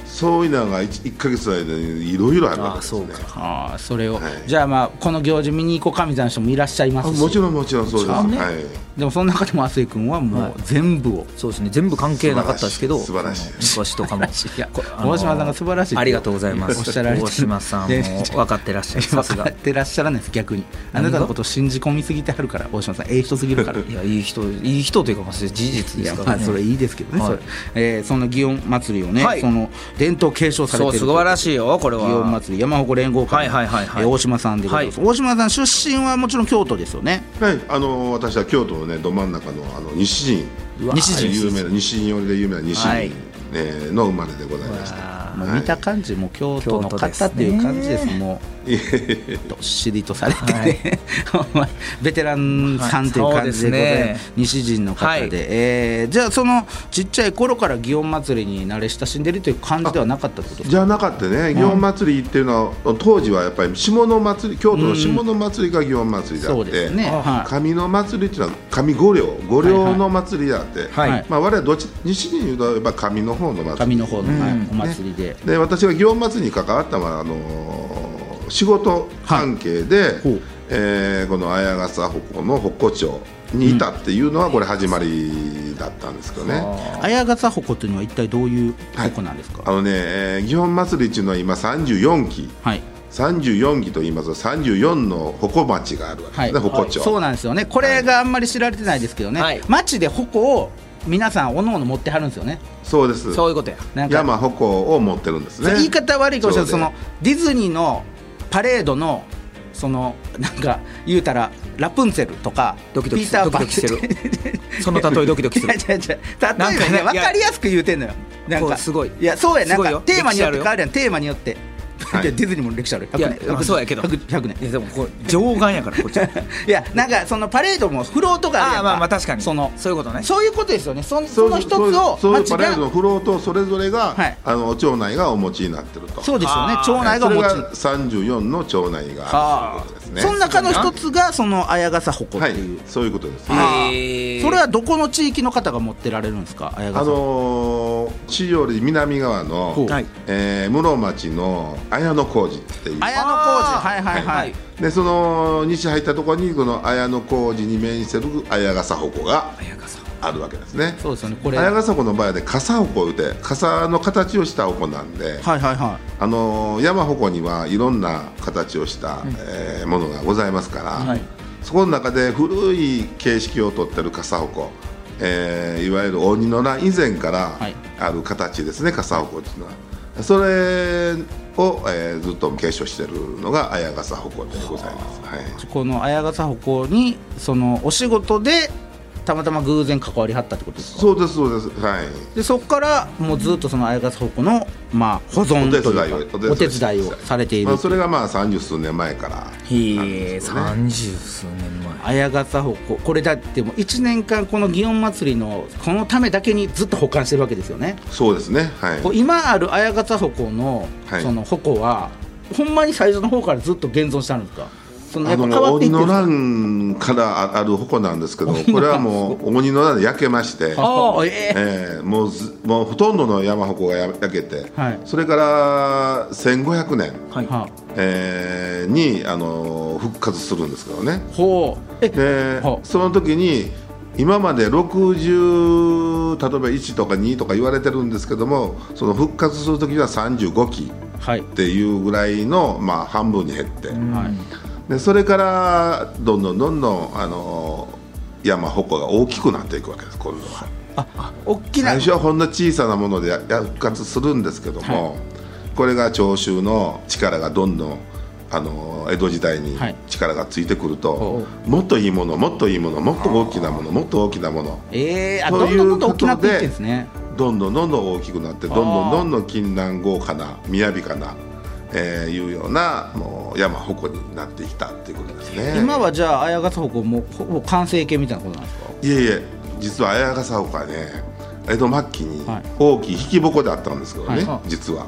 Speaker 5: そういうのが 1, ヶ月の間にいろいろあるわけですね
Speaker 1: ああそれを、
Speaker 5: はい
Speaker 1: じゃあまあこの行事見に行こうかみたいな人もいらっしゃいま
Speaker 5: あ
Speaker 1: すし
Speaker 5: もちろんもちろんそうです、
Speaker 1: もちろんね
Speaker 5: はい
Speaker 1: でもその中でも亜生君はもう全部を、
Speaker 2: そうですね全部関係なかったですけど
Speaker 5: 素晴らしい素晴らし
Speaker 2: 昔
Speaker 5: い
Speaker 2: とかも
Speaker 1: 素晴らしい
Speaker 2: こ
Speaker 1: いや
Speaker 2: あの
Speaker 1: 大島さんが素晴らしいって
Speaker 2: ありがとうございます
Speaker 1: おっしゃられてる
Speaker 2: 大島さんも
Speaker 1: いやいやいや
Speaker 2: 分かってらっしゃ るさす
Speaker 1: 分か
Speaker 2: が
Speaker 1: ってらっしゃらないです逆にあなたのことを信じ込みすぎてはるから大島さんええ人すぎるから
Speaker 2: いやいい人いい人というかまあそれ事実
Speaker 1: い
Speaker 2: で
Speaker 1: や
Speaker 2: すか
Speaker 1: ま
Speaker 2: ら
Speaker 1: あ
Speaker 2: ね
Speaker 1: それいいですけどね、
Speaker 2: はい
Speaker 1: それえーその祇園祭りをね、
Speaker 2: はい
Speaker 1: その伝統継承されて
Speaker 2: そ
Speaker 1: る
Speaker 2: う素晴らしいよこれは
Speaker 1: 祇園祭り山鉾連合会の、
Speaker 2: はいはいはいはい
Speaker 1: えー大島さんでございます、大島さん出身はもちろん京都ですよね
Speaker 5: はい、あの私は京都のねど真ん中のあの西陣
Speaker 1: わ西陣
Speaker 5: 有名な西陣織で有名な西陣、
Speaker 1: はい
Speaker 5: えーの生まれでございました
Speaker 2: わ
Speaker 1: もう
Speaker 5: はい
Speaker 1: 見た感じ、もう京都の
Speaker 2: 京都です
Speaker 1: 方
Speaker 2: ね
Speaker 1: っていう感じですも
Speaker 5: いえいえいう
Speaker 1: どっしりとされてね、 ほんまベテランさんという感じでござい
Speaker 2: はいそう
Speaker 1: ま
Speaker 2: ですすね
Speaker 1: 西陣の方で、
Speaker 2: はい
Speaker 1: えーじゃあそのちっちゃい頃から祇園祭りに慣れ親しんでるという感じではなかったってことです
Speaker 5: じゃなかったね祇園祭りっていうのは当時はやっぱり下の祭り京都の下の祭りが祇園祭りであ
Speaker 1: そ
Speaker 5: っ
Speaker 1: うで
Speaker 5: て、
Speaker 1: すねはい
Speaker 5: 上の祭りっていうのは上五稜五稜の祭りであって、
Speaker 2: はいはい
Speaker 5: まあ、我々どっち西陣いうとやっぱ上の方の祭り
Speaker 1: か上の方の、はい
Speaker 2: うん
Speaker 1: お祭りで、
Speaker 5: で私が祇園祭に関わったのはあのー仕事関係で、
Speaker 1: ほう
Speaker 5: えーこの綾笠鉾の鉾町にいたっていうのはこれ始まりだったんですけどね。
Speaker 1: 綾笠鉾というのは一体どういう鉾なんですか
Speaker 5: あのね、えー祇園祭りっていうのは今34期
Speaker 1: はい、
Speaker 5: 34期と言いますと34の鉾町があるわけ
Speaker 1: は
Speaker 5: で
Speaker 1: い
Speaker 5: すね、鉾町、
Speaker 1: そうなんですよねこれがあんまり知られてないですけどね、
Speaker 2: はい
Speaker 1: 町で鉾を皆さんおのおの持ってはるんですよね
Speaker 5: そうです
Speaker 2: そういうことや
Speaker 1: なんか
Speaker 5: 山鉾を持ってるんですね
Speaker 1: 言い方悪いかもしれない
Speaker 5: そ
Speaker 1: そう
Speaker 5: ね
Speaker 1: のディズニーのパレードのそのなんか言うたらラプンツェルとか
Speaker 2: ドキドキ
Speaker 1: ピーターパン
Speaker 2: ドキドキしてるその例えドキ ドキする
Speaker 1: いやいやいや例えばね
Speaker 2: なんかねい
Speaker 1: 分
Speaker 2: や
Speaker 1: かりやすく言うてんのよなん
Speaker 2: こ
Speaker 1: か
Speaker 2: うすごい
Speaker 1: いやそうやな
Speaker 2: す
Speaker 1: ん
Speaker 2: ごいよ
Speaker 1: かテーマによって
Speaker 2: 歴史ある
Speaker 1: 変わるや
Speaker 2: よ
Speaker 1: んテーマによって、
Speaker 5: はい
Speaker 1: でディズニーも歴史ある100
Speaker 2: いや
Speaker 1: 年100年
Speaker 2: そうやけど
Speaker 1: 100 100年
Speaker 2: いやでもこれ上眼やからこっちは
Speaker 1: いやなんかそのパレードもフローと かあるやん
Speaker 2: ああまあまあ確かに
Speaker 1: その
Speaker 2: そういうことね
Speaker 1: そういうことですよねそそ
Speaker 5: そう
Speaker 1: の一つを
Speaker 5: そういう
Speaker 1: 町
Speaker 5: パレード
Speaker 1: が
Speaker 5: のフロートそれぞれが、
Speaker 1: はい
Speaker 5: あの町内がお持ちになってると
Speaker 1: そうですよね
Speaker 2: あー
Speaker 1: 町内が
Speaker 5: そ
Speaker 1: お
Speaker 5: れ
Speaker 1: 持ち
Speaker 5: が34の町内があるということですね
Speaker 1: その中の一つがその綾笠鉾って
Speaker 5: はい
Speaker 1: いう、
Speaker 5: そういうことですね
Speaker 1: あ
Speaker 2: へー
Speaker 1: それはどこの地域の方が持ってられるんですか綾
Speaker 5: あ
Speaker 1: 笠鉾
Speaker 5: のー、市より南側
Speaker 1: ほう
Speaker 5: の
Speaker 1: はい、
Speaker 5: えー室町の綾野小路っていう
Speaker 1: 綾小路
Speaker 2: あー
Speaker 1: はいはいはい、
Speaker 2: はい
Speaker 5: でその西入ったところにこの綾野小路に面してる綾笠鉾が
Speaker 2: 綾笠
Speaker 5: あるわけですね
Speaker 1: そうですよねこれは
Speaker 5: 綾
Speaker 1: い
Speaker 5: 笠鉾の場合はね笠鉾を打て笠の形をした鉾なんで、
Speaker 1: はいは
Speaker 5: あのー山鉾にはいろんな形をした、えーものがございますから、
Speaker 1: はい
Speaker 5: そこの中で古い形式をとってる笠鉾、えーいわゆる鬼の乱以前から
Speaker 1: はい
Speaker 5: ある形ですね、笠鉾っていうのはそれを、えーずっと継承してるのが綾笠鉾でございます、はい、
Speaker 1: いこの綾笠鉾にそのお仕事でたまたま偶然関わりはったってことですか
Speaker 5: そうですそうですはい
Speaker 1: でそこからもうずっとその綾笠鉾のまあ保存
Speaker 5: お手
Speaker 1: と
Speaker 5: 伝い
Speaker 1: いうか
Speaker 5: を
Speaker 1: お手伝いをされている
Speaker 5: まあ、それがまあ三十数年前から
Speaker 2: へえ
Speaker 5: ですよね
Speaker 2: 三十数年前
Speaker 1: 綾笠鉾これだってもう1年間この祇園祭りのこのためだけにずっと保管してるわけですよね
Speaker 5: そうですねはい
Speaker 1: こう今ある綾笠鉾の
Speaker 5: はい
Speaker 1: その鉾は、ほんまに最初の方からずっと現存してあるんですかそのやっぱ変わってい
Speaker 5: 鬼
Speaker 1: ってる
Speaker 5: の
Speaker 1: んですか
Speaker 5: 乱からあある鉾なんですけどこれはもう鬼の乱で焼けまして、
Speaker 1: ああええ
Speaker 5: えーもうずもうほとんどの山鉾がや焼けて、
Speaker 1: はい
Speaker 5: それから1500年、
Speaker 2: はい
Speaker 1: は
Speaker 5: えーに、あのー復活するんですけどね
Speaker 1: あほうえ
Speaker 5: で
Speaker 1: はあ
Speaker 5: その時に今まで60例えば1とか2とか言われてるんですけどもその復活する時には35期
Speaker 1: はい
Speaker 5: っていうぐらいの、まあ、半分に減って。
Speaker 1: はい
Speaker 5: でそれからどんどんどんどんあの山鉾が大きくなっていくわけです今度は
Speaker 1: あ大きな
Speaker 5: 最初はほんの小さなものでやや復活するんですけども、これが長州の力がどんどんあの江戸時代に
Speaker 1: はい
Speaker 5: 力がついてくると
Speaker 1: ほ、
Speaker 5: もっといいものもっといいものもっと大きなものもっと大きなもの
Speaker 1: ええあ
Speaker 5: と
Speaker 1: ど
Speaker 5: い
Speaker 1: ん
Speaker 5: う
Speaker 1: どんどんどん大きなっていってんですね
Speaker 5: どんどんどんどん大きくなってどんどんどんどん金蘭豪華な雅かな、えーいうようなもう山鉾になってきたっていうことですね。
Speaker 1: 今はじゃあ綾笠鉾もほぼ完成形みたいなことなんですか
Speaker 5: いえいえ実は綾笠鉾はね江戸末期に
Speaker 1: はい
Speaker 5: 大きい引き鉾であったんですけどね、
Speaker 1: はい
Speaker 5: 実は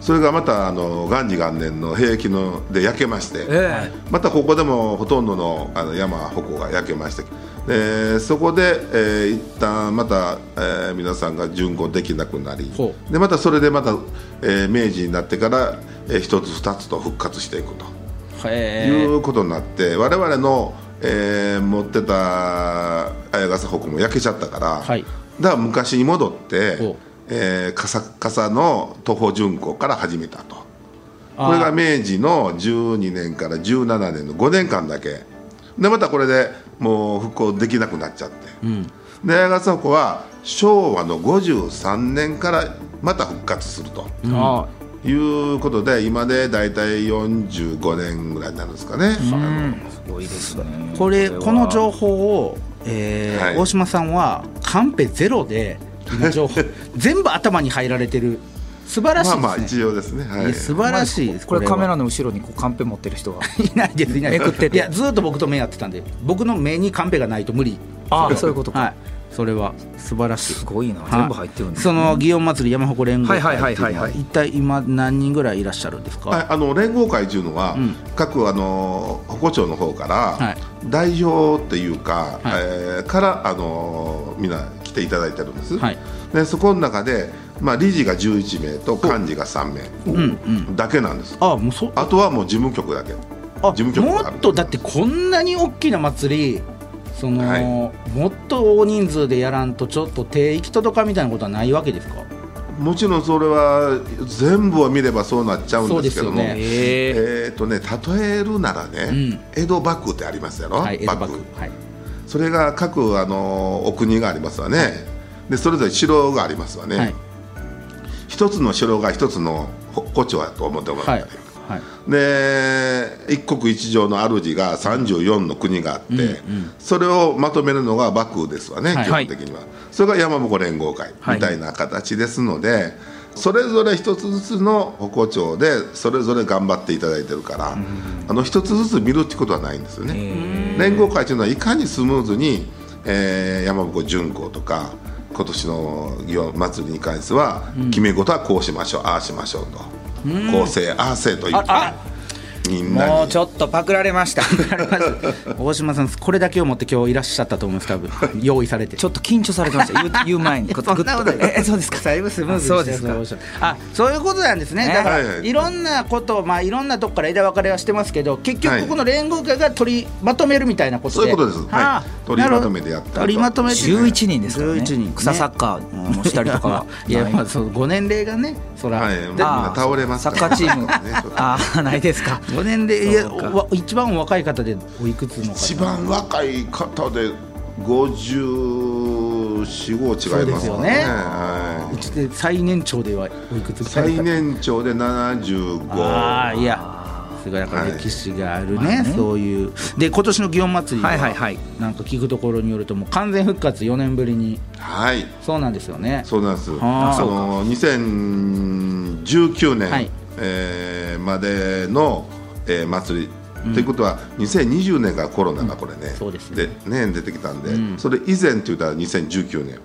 Speaker 5: それがまたあの元治元年の兵役ので焼けまして
Speaker 2: え
Speaker 5: またここでもほとんどのあの山鉾が焼けましてえーそこで、えー一旦また、えー皆さんが順語できなくなり
Speaker 1: ほ
Speaker 5: でまたそれでまた、えー明治になってから、えー一つ二つと復活していくと。
Speaker 2: へ
Speaker 5: い
Speaker 2: え
Speaker 5: うことになって我々の、えー持ってた綾笠北も焼けちゃったから、
Speaker 1: はい
Speaker 5: だから昔に戻って
Speaker 1: お、
Speaker 5: えー、笠笠の徒歩巡行から始めたと
Speaker 1: あー
Speaker 5: これが明治の12年から17年の5年間だけでまたこれでもう復興できなくなっちゃって、で綾笠北は昭和の53年からまた復活すると。
Speaker 2: あ
Speaker 5: いうことで今で大体45年ぐらいになるんですかね、
Speaker 2: ーすごいですね
Speaker 1: これこの情
Speaker 2: 報
Speaker 1: 報を、えー
Speaker 5: はい
Speaker 1: 大島さんはカンペゼロで今情 報全部頭に入られてる素晴らしい
Speaker 5: ま
Speaker 1: ですね、
Speaker 5: あまあ一応ですね、はいい
Speaker 1: や、素晴らしいです
Speaker 2: これカメラ
Speaker 1: の
Speaker 2: の後ろにこうカンペ持って る人が
Speaker 1: いないですいないです
Speaker 2: めくってて
Speaker 1: いやずっと僕と目やってたんで僕の目にカンペがないと無理
Speaker 2: あーそういう ことか
Speaker 1: はいそれは素晴らしい
Speaker 2: すごいな
Speaker 1: はい
Speaker 2: 全部入ってるんだ
Speaker 1: その祇園祭り山鉾連合会っていうの
Speaker 2: はいはいはいはいはい
Speaker 1: 一体今何人ぐらいいらっしゃるんですか、
Speaker 5: はいあの連合会というのは、
Speaker 1: ん
Speaker 5: 各あの保護庁の方から、
Speaker 1: はい
Speaker 5: 代表っていうか、
Speaker 1: はい
Speaker 5: えーからあのみんな来ていただいてるんです、
Speaker 1: はい
Speaker 5: でそこの中で、まあ、理事が11名と幹事が3名だけなんです、
Speaker 1: あもうそ
Speaker 5: あとはもう事務局だけ
Speaker 1: あ
Speaker 5: 事務局
Speaker 1: も
Speaker 5: がある
Speaker 1: っとだってこんなに大きな祭りその、
Speaker 5: はい
Speaker 1: もっと大人数でやらんとちょっと手行き届かみたいなことはないわけですか
Speaker 5: もちろんそれは全部を見ればそうなっちゃうんですけども、
Speaker 1: そうですよね
Speaker 2: へえ
Speaker 5: えーとね、例えるならね、
Speaker 1: ん
Speaker 5: 江戸幕府ってありますやろ、
Speaker 1: はい江戸幕
Speaker 5: 幕府
Speaker 1: 府はい
Speaker 5: それが各、あのーお国がありますわね、でそれぞれ城がありますわね、
Speaker 1: はい
Speaker 5: 一つの城が一つのほ胡蝶やと思ってもら
Speaker 1: は
Speaker 5: っ
Speaker 1: い
Speaker 5: たらいい、
Speaker 1: はい
Speaker 5: で一国一城の主が34の国があって、それをまとめるのが幕府ですわね、
Speaker 1: はい
Speaker 5: 基本的には、それが山鉾連合会みたいな形ですので、それぞれ一つずつの鉾町でそれぞれ頑張っていただいてるから、あの一つずつ見るってことはないんですよね。連合会というのはいかにスムーズに、えー山鉾巡行とか今年の祇園祭りに関しては、決め事はこうしましょうああしましょうと。こうせいああせいというみんなに
Speaker 2: もうちょっとパクられました
Speaker 1: 大島さんこれだけを持って今日いらっしゃったと思うんです多分用意されて
Speaker 2: ちょっと緊張されてました 言う言う前に
Speaker 1: そんなことない
Speaker 2: えそうですか
Speaker 1: だいぶスムーズにして
Speaker 2: そうで
Speaker 1: そうあそういうことなんですね
Speaker 2: ね
Speaker 1: だか
Speaker 5: はい
Speaker 1: ら
Speaker 5: はい
Speaker 1: いろんなこと、まあ、いろんなとこから枝分かれはしてますけど結
Speaker 5: は
Speaker 1: 局
Speaker 5: い
Speaker 1: ここの連合会が取りまとめるみたいなこと
Speaker 5: そう
Speaker 1: で
Speaker 5: いうことです
Speaker 1: あ
Speaker 5: はい取りまとめてやってると
Speaker 1: 取りまとめて
Speaker 2: 11人ですからね
Speaker 1: 11人ね
Speaker 2: 草サッカーもしたりとか
Speaker 1: いやまあそうご年齢がねそら、
Speaker 5: はい、みんな倒れます
Speaker 2: サッ
Speaker 5: から
Speaker 2: カーチーム
Speaker 5: ねちょっと
Speaker 2: ああないですか
Speaker 1: ご年齢いや
Speaker 2: そうか
Speaker 1: おわ一番お若い方でおいくつの方
Speaker 5: 一番若い方で545違います
Speaker 1: そうですよ
Speaker 5: か
Speaker 1: ね
Speaker 5: ねは
Speaker 1: う
Speaker 5: い
Speaker 1: ちで最年長ではおいくつぐらい
Speaker 5: 最年長で75
Speaker 1: ああいやすごいだから
Speaker 5: はい
Speaker 1: 歴史があるね,、
Speaker 2: まあね
Speaker 1: そういうで今年の祇園祭りは,、
Speaker 2: はいはいはい
Speaker 1: なんか聞くところによるともう完全復活4年ぶりに
Speaker 5: はい
Speaker 1: そうなんですよね
Speaker 5: そうなんです
Speaker 1: あ
Speaker 5: あ
Speaker 1: ー
Speaker 5: の2019年、
Speaker 1: はい
Speaker 5: えーまでの、えー祭りということは2020年からコロナがこれね,、
Speaker 1: そうですね
Speaker 5: でね出てきたんで、それ以前って言ったら2019年、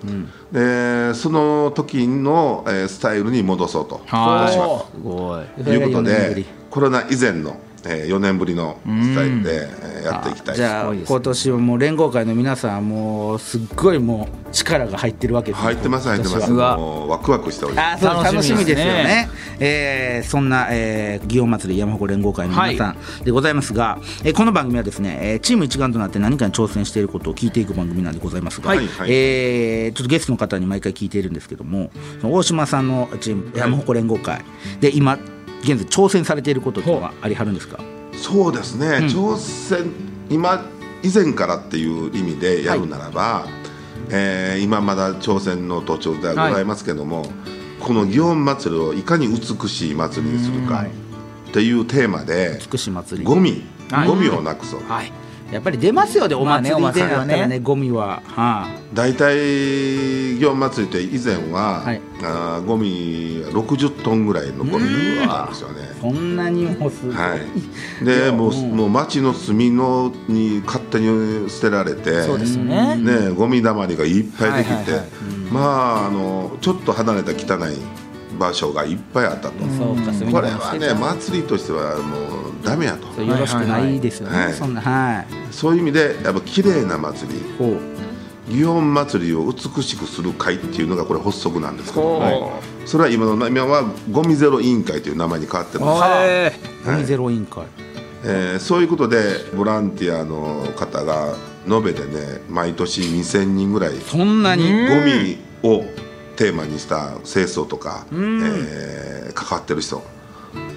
Speaker 5: でその時の、えースタイルに戻そうと
Speaker 1: あー
Speaker 5: 私は
Speaker 1: すごい
Speaker 5: というこ
Speaker 1: そ
Speaker 5: と
Speaker 1: れが四年ぶ
Speaker 5: で
Speaker 1: り
Speaker 5: コロナ以前の、えー4年ぶりのスタイルで、えーやっていきたい
Speaker 1: じ
Speaker 5: です
Speaker 1: ゃ
Speaker 2: ご
Speaker 1: あ
Speaker 2: いですね
Speaker 1: 今年はもう連合会の皆さんはもうすっごいもう力が入ってるわけですね
Speaker 5: 入ってます入ってます
Speaker 2: うわ
Speaker 5: もうワクワクしております
Speaker 1: あーそう楽
Speaker 2: 楽
Speaker 1: し
Speaker 2: し
Speaker 1: み
Speaker 2: み
Speaker 1: で
Speaker 2: ですす
Speaker 1: よね
Speaker 2: ね。
Speaker 1: えーそんな、えー、祇園祭り山鉾連合会の皆さんでございますが、えーこの番組はですね、えーチーム一丸となって何かに挑戦していることを聞いていく番組なんでございますが、
Speaker 5: はいはい
Speaker 1: えーちょっとゲストの方に毎回聞いているんですけども、その大島さんのチーム山鉾連合会で今現在挑戦されていることっていうのはありはるんですか。
Speaker 5: そうですね、挑戦今以前からっていう意味でやるならば、えー今まだ挑戦の途中ではございますけども、この祇園祭をいかに美しい祭りにするかっていうテーマで
Speaker 1: 福島祭り。
Speaker 5: ゴミ
Speaker 2: はい
Speaker 5: ゴミをなくそう
Speaker 1: はい。やっぱり出ますよねお祭り
Speaker 2: まあね
Speaker 1: で
Speaker 2: お祭り
Speaker 1: な
Speaker 2: は
Speaker 1: っ
Speaker 2: ね
Speaker 1: たらねゴミは。は
Speaker 5: 大体祇園祭って以前は、
Speaker 1: はい
Speaker 5: あーゴミ60トンぐらいのゴミがあったんですよね
Speaker 1: い。。そんなにもうすごい。
Speaker 5: はい、でもう,、もう町の隅のに勝手に捨てられて
Speaker 2: そうですよね
Speaker 5: ね、ゴミだまりがいっぱいできて、
Speaker 2: はいはいはい
Speaker 5: まああのちょっと離れた汚い場所がいっぱいあったと、
Speaker 1: そうか、
Speaker 5: これはね祭りとしてはもうダメやと、
Speaker 1: そうよろしく
Speaker 2: はい
Speaker 1: な
Speaker 2: はい
Speaker 1: いですよ
Speaker 5: は
Speaker 1: ね。
Speaker 5: い
Speaker 1: そんなはい。
Speaker 5: そういう意味でやっぱ綺麗な祭り
Speaker 1: ほう
Speaker 5: 祇園祭りを美しくする会っていうのがこれ発足なんですけど、
Speaker 2: は
Speaker 5: それは今の今はゴミゼロ委員会という名前に変わってます、
Speaker 2: い
Speaker 1: 海ゼロ委員会。
Speaker 5: えーそういうことでボランティアの方が延べでね毎年2000人ぐらいゴ
Speaker 1: そんなに。
Speaker 5: ミをテーマにした清掃とか、えー関わってる人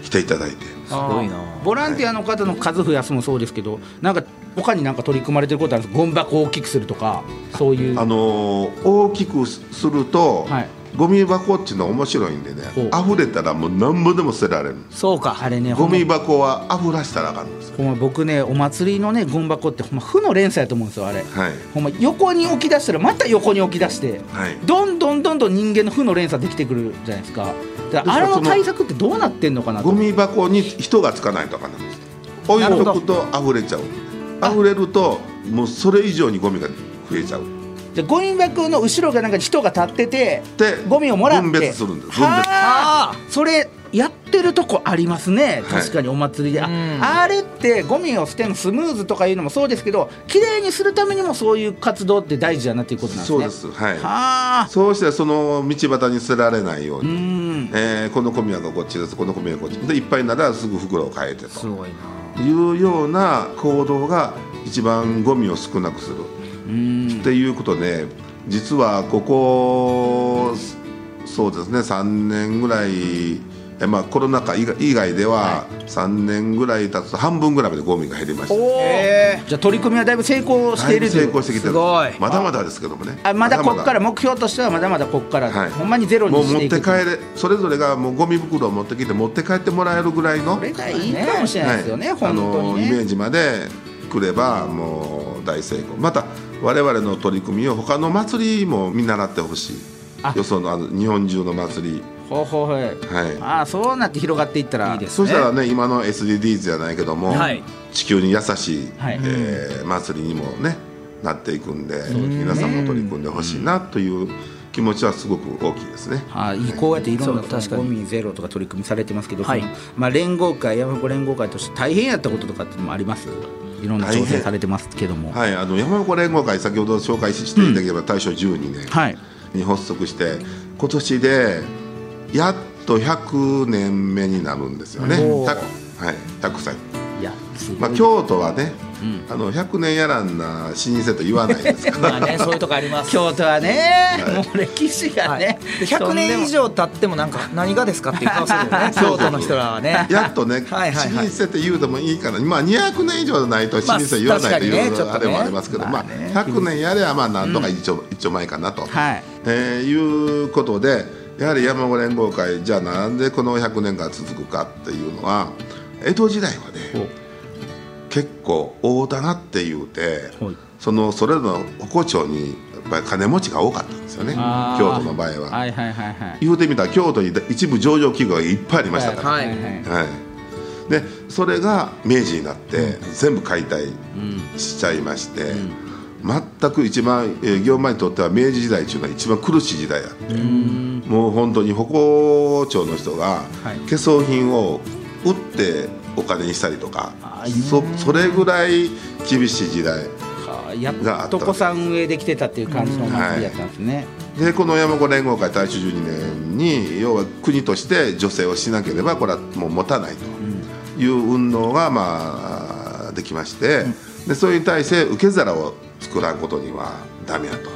Speaker 5: 来ていただいて
Speaker 2: すごいな
Speaker 1: ボランティアの方の数増やすもそうですけど、なんか他になんか取り組まれてることあるんですか。ゴミ箱を大きくするとか、そういう。
Speaker 5: あのー大きくすすると、
Speaker 1: はい
Speaker 5: ゴミ箱っていうのは面白いんでね
Speaker 1: ほう
Speaker 5: 溢れたらもう何ぼでも捨てられる
Speaker 1: そうか、あれね。
Speaker 5: ゴミ箱は溢らしたらあかんんですよ
Speaker 1: ほんま僕ねお祭りのねゴミ箱ってほんま負の連鎖やと思うんですよあれ、
Speaker 5: はい
Speaker 1: ほんま横に置き出したらまた横に置き出して、
Speaker 5: はい
Speaker 1: どんどんどんどん人間の負の連鎖できてくるじゃないですかだからあれ
Speaker 5: ですからそ
Speaker 1: の
Speaker 5: の
Speaker 1: 対策ってどうなってんのかなと
Speaker 5: ゴミ箱に人がつかないとあかんなんです置い
Speaker 1: なるほど
Speaker 5: とくと溢れちゃう溢れるともうそれ以上にゴミが増えちゃう
Speaker 1: じゃあゴミ箱の後ろがなんか人が立ってて
Speaker 5: で
Speaker 1: ゴミをもらって
Speaker 5: 分別するんです分別
Speaker 1: はあそれやってるとこありますね確かにお祭りで、あ
Speaker 2: うん
Speaker 1: あれってゴミを捨てるのスムーズとかいうのもそうですけど綺麗にするためにもそういう活動って大事だなっていうことなんです
Speaker 5: そう
Speaker 1: ね
Speaker 5: ですは
Speaker 1: はあ
Speaker 5: いそうしたらその道端に捨てられないよう
Speaker 1: う
Speaker 5: に、
Speaker 1: ん
Speaker 5: えーこのゴミ箱こっちですこのゴミ箱こっちでいっぱいならすぐ袋を変えて
Speaker 2: す
Speaker 5: と
Speaker 2: ごいな
Speaker 5: いうような行動が一番ゴミを少なくする
Speaker 1: うん
Speaker 5: っていうことで実はここそうですね3年ぐらいえまあコロナ禍以外以外では3年ぐらい経つと半分ぐらいまでゴミが減りました
Speaker 1: おーじゃあ取り組みはだいぶ成功してい
Speaker 5: だいぶ
Speaker 1: ると
Speaker 5: 成
Speaker 1: いう
Speaker 5: 功してきて
Speaker 2: すごい
Speaker 5: まだまだですけどもね
Speaker 1: あまだここから目標としてはまだまだここから、
Speaker 5: はい
Speaker 1: ほんまにゼロ
Speaker 5: も
Speaker 1: に
Speaker 5: う
Speaker 1: し
Speaker 5: 持
Speaker 1: て
Speaker 5: っ
Speaker 1: いく
Speaker 5: て帰れそれぞれがもうゴミ袋を持ってきて持って帰ってもらえるぐらいの
Speaker 1: これがいいかもしれないですよね、
Speaker 5: はい
Speaker 1: 本当に
Speaker 5: あのイメ
Speaker 1: ね
Speaker 5: ージまでくればもう大成功また我々の取り組みを他の祭りも見習ってほしい
Speaker 1: あ
Speaker 5: よそのあの日本中の祭り
Speaker 1: ほうほうほう
Speaker 5: はい
Speaker 1: ああそうなって広がっていったら
Speaker 2: いいです
Speaker 5: そしたらね今の SDGs じゃないけども、
Speaker 2: はい
Speaker 5: 地球に優しい、
Speaker 1: はい
Speaker 5: えー祭りにもねなっていくんで皆さんも取り組んでほしいなという気持ちはすごく大きいですね。
Speaker 1: はい、こうやっていろんな
Speaker 2: そう確かに
Speaker 1: ゴミゼロとか取り組みされてますけど、
Speaker 2: はい
Speaker 1: そのまあ、連合会山鉾連合会として大変やったこととかっていうのもありますいろんな挑
Speaker 5: 大変
Speaker 1: 戦されてますけどもはい、
Speaker 5: はい、あの山子連合会先ほど紹介していただければ大正12年に発足して今年でやっと100年目になるんですよね。
Speaker 1: おー
Speaker 5: たはい、たくさん。
Speaker 1: い、やすごい
Speaker 5: まあ京都はね、あの100年やらんな老舗と言わないですから。
Speaker 2: まあねそういうとこあります
Speaker 1: 京都はね、もう歴史が
Speaker 2: はい
Speaker 1: ね、
Speaker 2: で100年以上経ってもなんか何がですか っていう顔するよね
Speaker 5: そうそうそう
Speaker 2: 京都の人らはね
Speaker 5: やっとね、
Speaker 2: はいはいはい
Speaker 5: 老舗って言うてもいいから、まあ、200年以上ないと老
Speaker 2: まあ
Speaker 5: 舗言わないとい
Speaker 2: 確
Speaker 5: う、
Speaker 2: かにねちょっとね
Speaker 5: あれもありますけど、まあ100年やればまあなんとか一丁,、一丁前かなと、
Speaker 1: はい
Speaker 5: えーいうことでやはり山子連合会じゃあなんでこの100年間続くかっていうのは江戸時代はね結構大棚って言うて
Speaker 1: はい
Speaker 5: そのそれぞれの鉾町にやっぱり金持ちが多かったんですよね
Speaker 1: あー
Speaker 5: 京都の場合は。
Speaker 1: はいはいはいはい
Speaker 5: 言うてみたら京都に一部上場企業がいっぱいありましたから、
Speaker 2: はい
Speaker 1: はい
Speaker 5: はい、でそれが明治になって全部解体しちゃいまして、全く一番、えー、業務前にとっては明治時代っていうのは一番苦しい時代だってもう本当に歩行町の人が
Speaker 1: はい
Speaker 5: 化粧品を売ってお金にしたりとか、
Speaker 1: あー
Speaker 5: そそれぐらい厳しい時代
Speaker 1: あやっとこさん上できてたっていう感じのお祭りやったんですね、
Speaker 5: でこの山子連合会大正12年に要は国として女性をしなければこれはもう持たないという運動がまあできまして、でそれに対して受け皿を作らんことにはダメだと、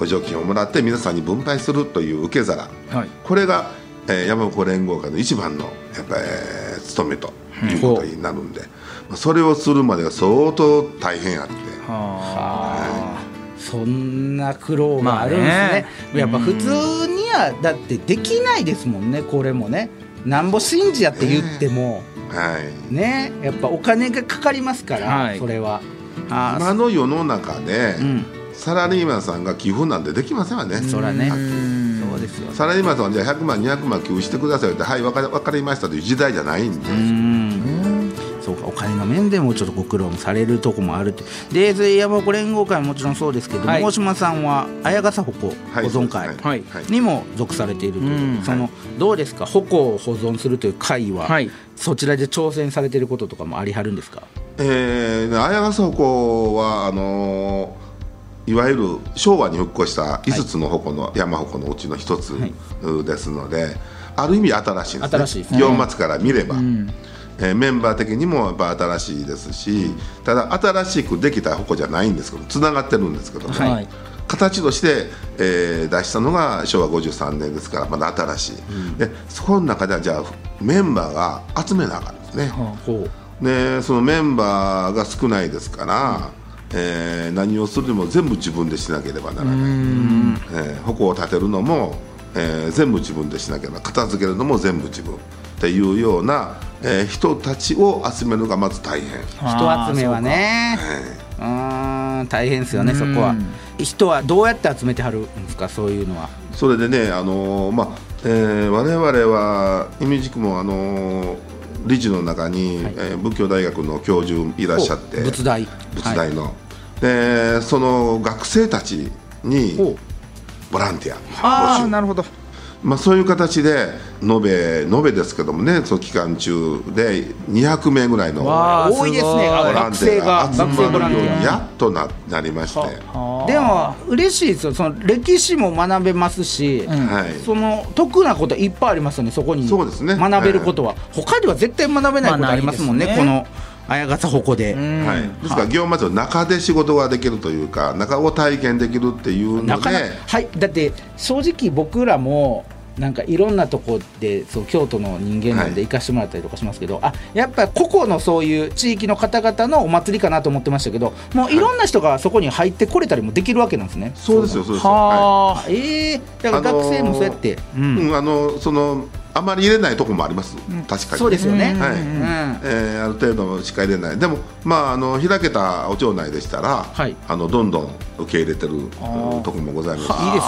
Speaker 5: 補助金をもらって皆さんに分配するという受け皿、
Speaker 2: はい
Speaker 5: これが、えー山子連合会の一番のやっぱり、えー務めということになるんで、まあそれをするまでが相当大変あって。
Speaker 1: あーそんな苦労があるんですね,、
Speaker 2: まあね
Speaker 1: やっぱ普通にはだってできないですもんねこれもねなんぼ信じやって言っても、
Speaker 5: はい
Speaker 1: ねやっぱお金がかかりますから、
Speaker 2: はい
Speaker 1: それはあー
Speaker 5: 今の世の中で、
Speaker 1: ん
Speaker 5: サラリーマンさんが寄付なんてできませんわね。
Speaker 1: そらね
Speaker 2: うん
Speaker 1: そうですよ
Speaker 5: サラリーマンさんはじゃあ100万200万寄付してくださいってはいわかりわかりましたという時代じゃないんで
Speaker 1: うんそうかお金の面でもちょっとご苦労もされるとこもあるってで全山鉾連合会ももちろんそうですけど、
Speaker 2: はい
Speaker 1: 大島さんは綾笠鉾保
Speaker 5: はい
Speaker 1: 存会
Speaker 2: はい
Speaker 5: はい
Speaker 1: にも属されているという、
Speaker 2: うん
Speaker 1: そのどうですか鉾を保存するという会は、
Speaker 2: はい
Speaker 1: そちらで挑戦されていることとかもありはるんですか
Speaker 5: えー、綾ヶ瀬鉾はあのーいわゆる昭和に復興した5つの鉾の山鉾のうちの一つ
Speaker 1: はい
Speaker 5: ですので、ある意味新しいですね
Speaker 1: 新しいですね
Speaker 5: 祇園祭から見れば、えーメンバー的にもやっぱ新しいですし、ただ新しくできた鉾じゃないんですけどつながってるんですけども、
Speaker 1: はい
Speaker 5: 形として、えー出したのが昭和53年ですからまだ新しい、でそこの中ではじゃあメンバーが集めなあかんですね。
Speaker 1: ほう
Speaker 5: でそのメンバーが少ないですから、えー何をするにも全部自分でしなければならない、えー矛を立てるのも、えー全部自分でしなければ片付けるのも全部自分っていうような、えー人たちを集めるのがまず大変
Speaker 1: 人集めはねうーん大変ですよねそこは人はどうやって集めてはるんですかそういうのは
Speaker 5: それでね、あのーまあえー我々は意味軸も、あのー理事の中に、えー仏教大学の教授いらっしゃって
Speaker 1: お仏大
Speaker 5: 仏大の、でその学生たちに
Speaker 1: ほう
Speaker 5: ボランティ
Speaker 2: あ
Speaker 5: ア募
Speaker 2: あ
Speaker 5: 集
Speaker 2: なるほど
Speaker 5: まあ、そういう形で延べ延べですけどもねその期間中で200名ぐらいのボ
Speaker 2: わあ
Speaker 1: 多いですね
Speaker 2: すごい
Speaker 1: あ
Speaker 5: ラン
Speaker 1: 学
Speaker 5: テ
Speaker 1: 生
Speaker 5: ィア
Speaker 1: が
Speaker 5: が集
Speaker 1: 学生ボ
Speaker 5: ま
Speaker 1: ラン
Speaker 5: る
Speaker 1: テ
Speaker 5: よう
Speaker 1: ィア
Speaker 5: にやっとななりまして、は
Speaker 1: でも嬉しいですよその歴史も学べますし、
Speaker 5: い、
Speaker 1: その得なこといっぱいありますよねそこに
Speaker 5: そうですね
Speaker 1: 学べることは、他では絶対学べないことありますもんね,、
Speaker 2: まあないです
Speaker 1: こ
Speaker 2: ね
Speaker 1: の綾笠鉾で、
Speaker 5: はい、ですから業務の中で仕事ができるというか中を体験できるっていう
Speaker 1: な
Speaker 5: の
Speaker 1: かなか
Speaker 5: で
Speaker 1: はいだって正直僕らもなんかいろんなとこでそう京都の人間なんで
Speaker 5: はい
Speaker 1: 行かしてもらったりとかしますけど、あやっぱり個々のそういう地域の方々のお祭りかなと思ってましたけどもういろんな人がそこに入ってこれたりもできるわけなんですね。
Speaker 5: そうですよそうですよ、は
Speaker 1: はあ、ええだから学生もそうやって、
Speaker 5: いうんあのそのあまり入れないとこもあります、確かに
Speaker 1: そうですよね。
Speaker 5: はい
Speaker 1: うん
Speaker 5: えーある程度しか入れないでも、まあ、あの開けたお町内でしたら、
Speaker 1: はい
Speaker 5: あのどんどん受け入れてるうんとこもございます
Speaker 2: いいです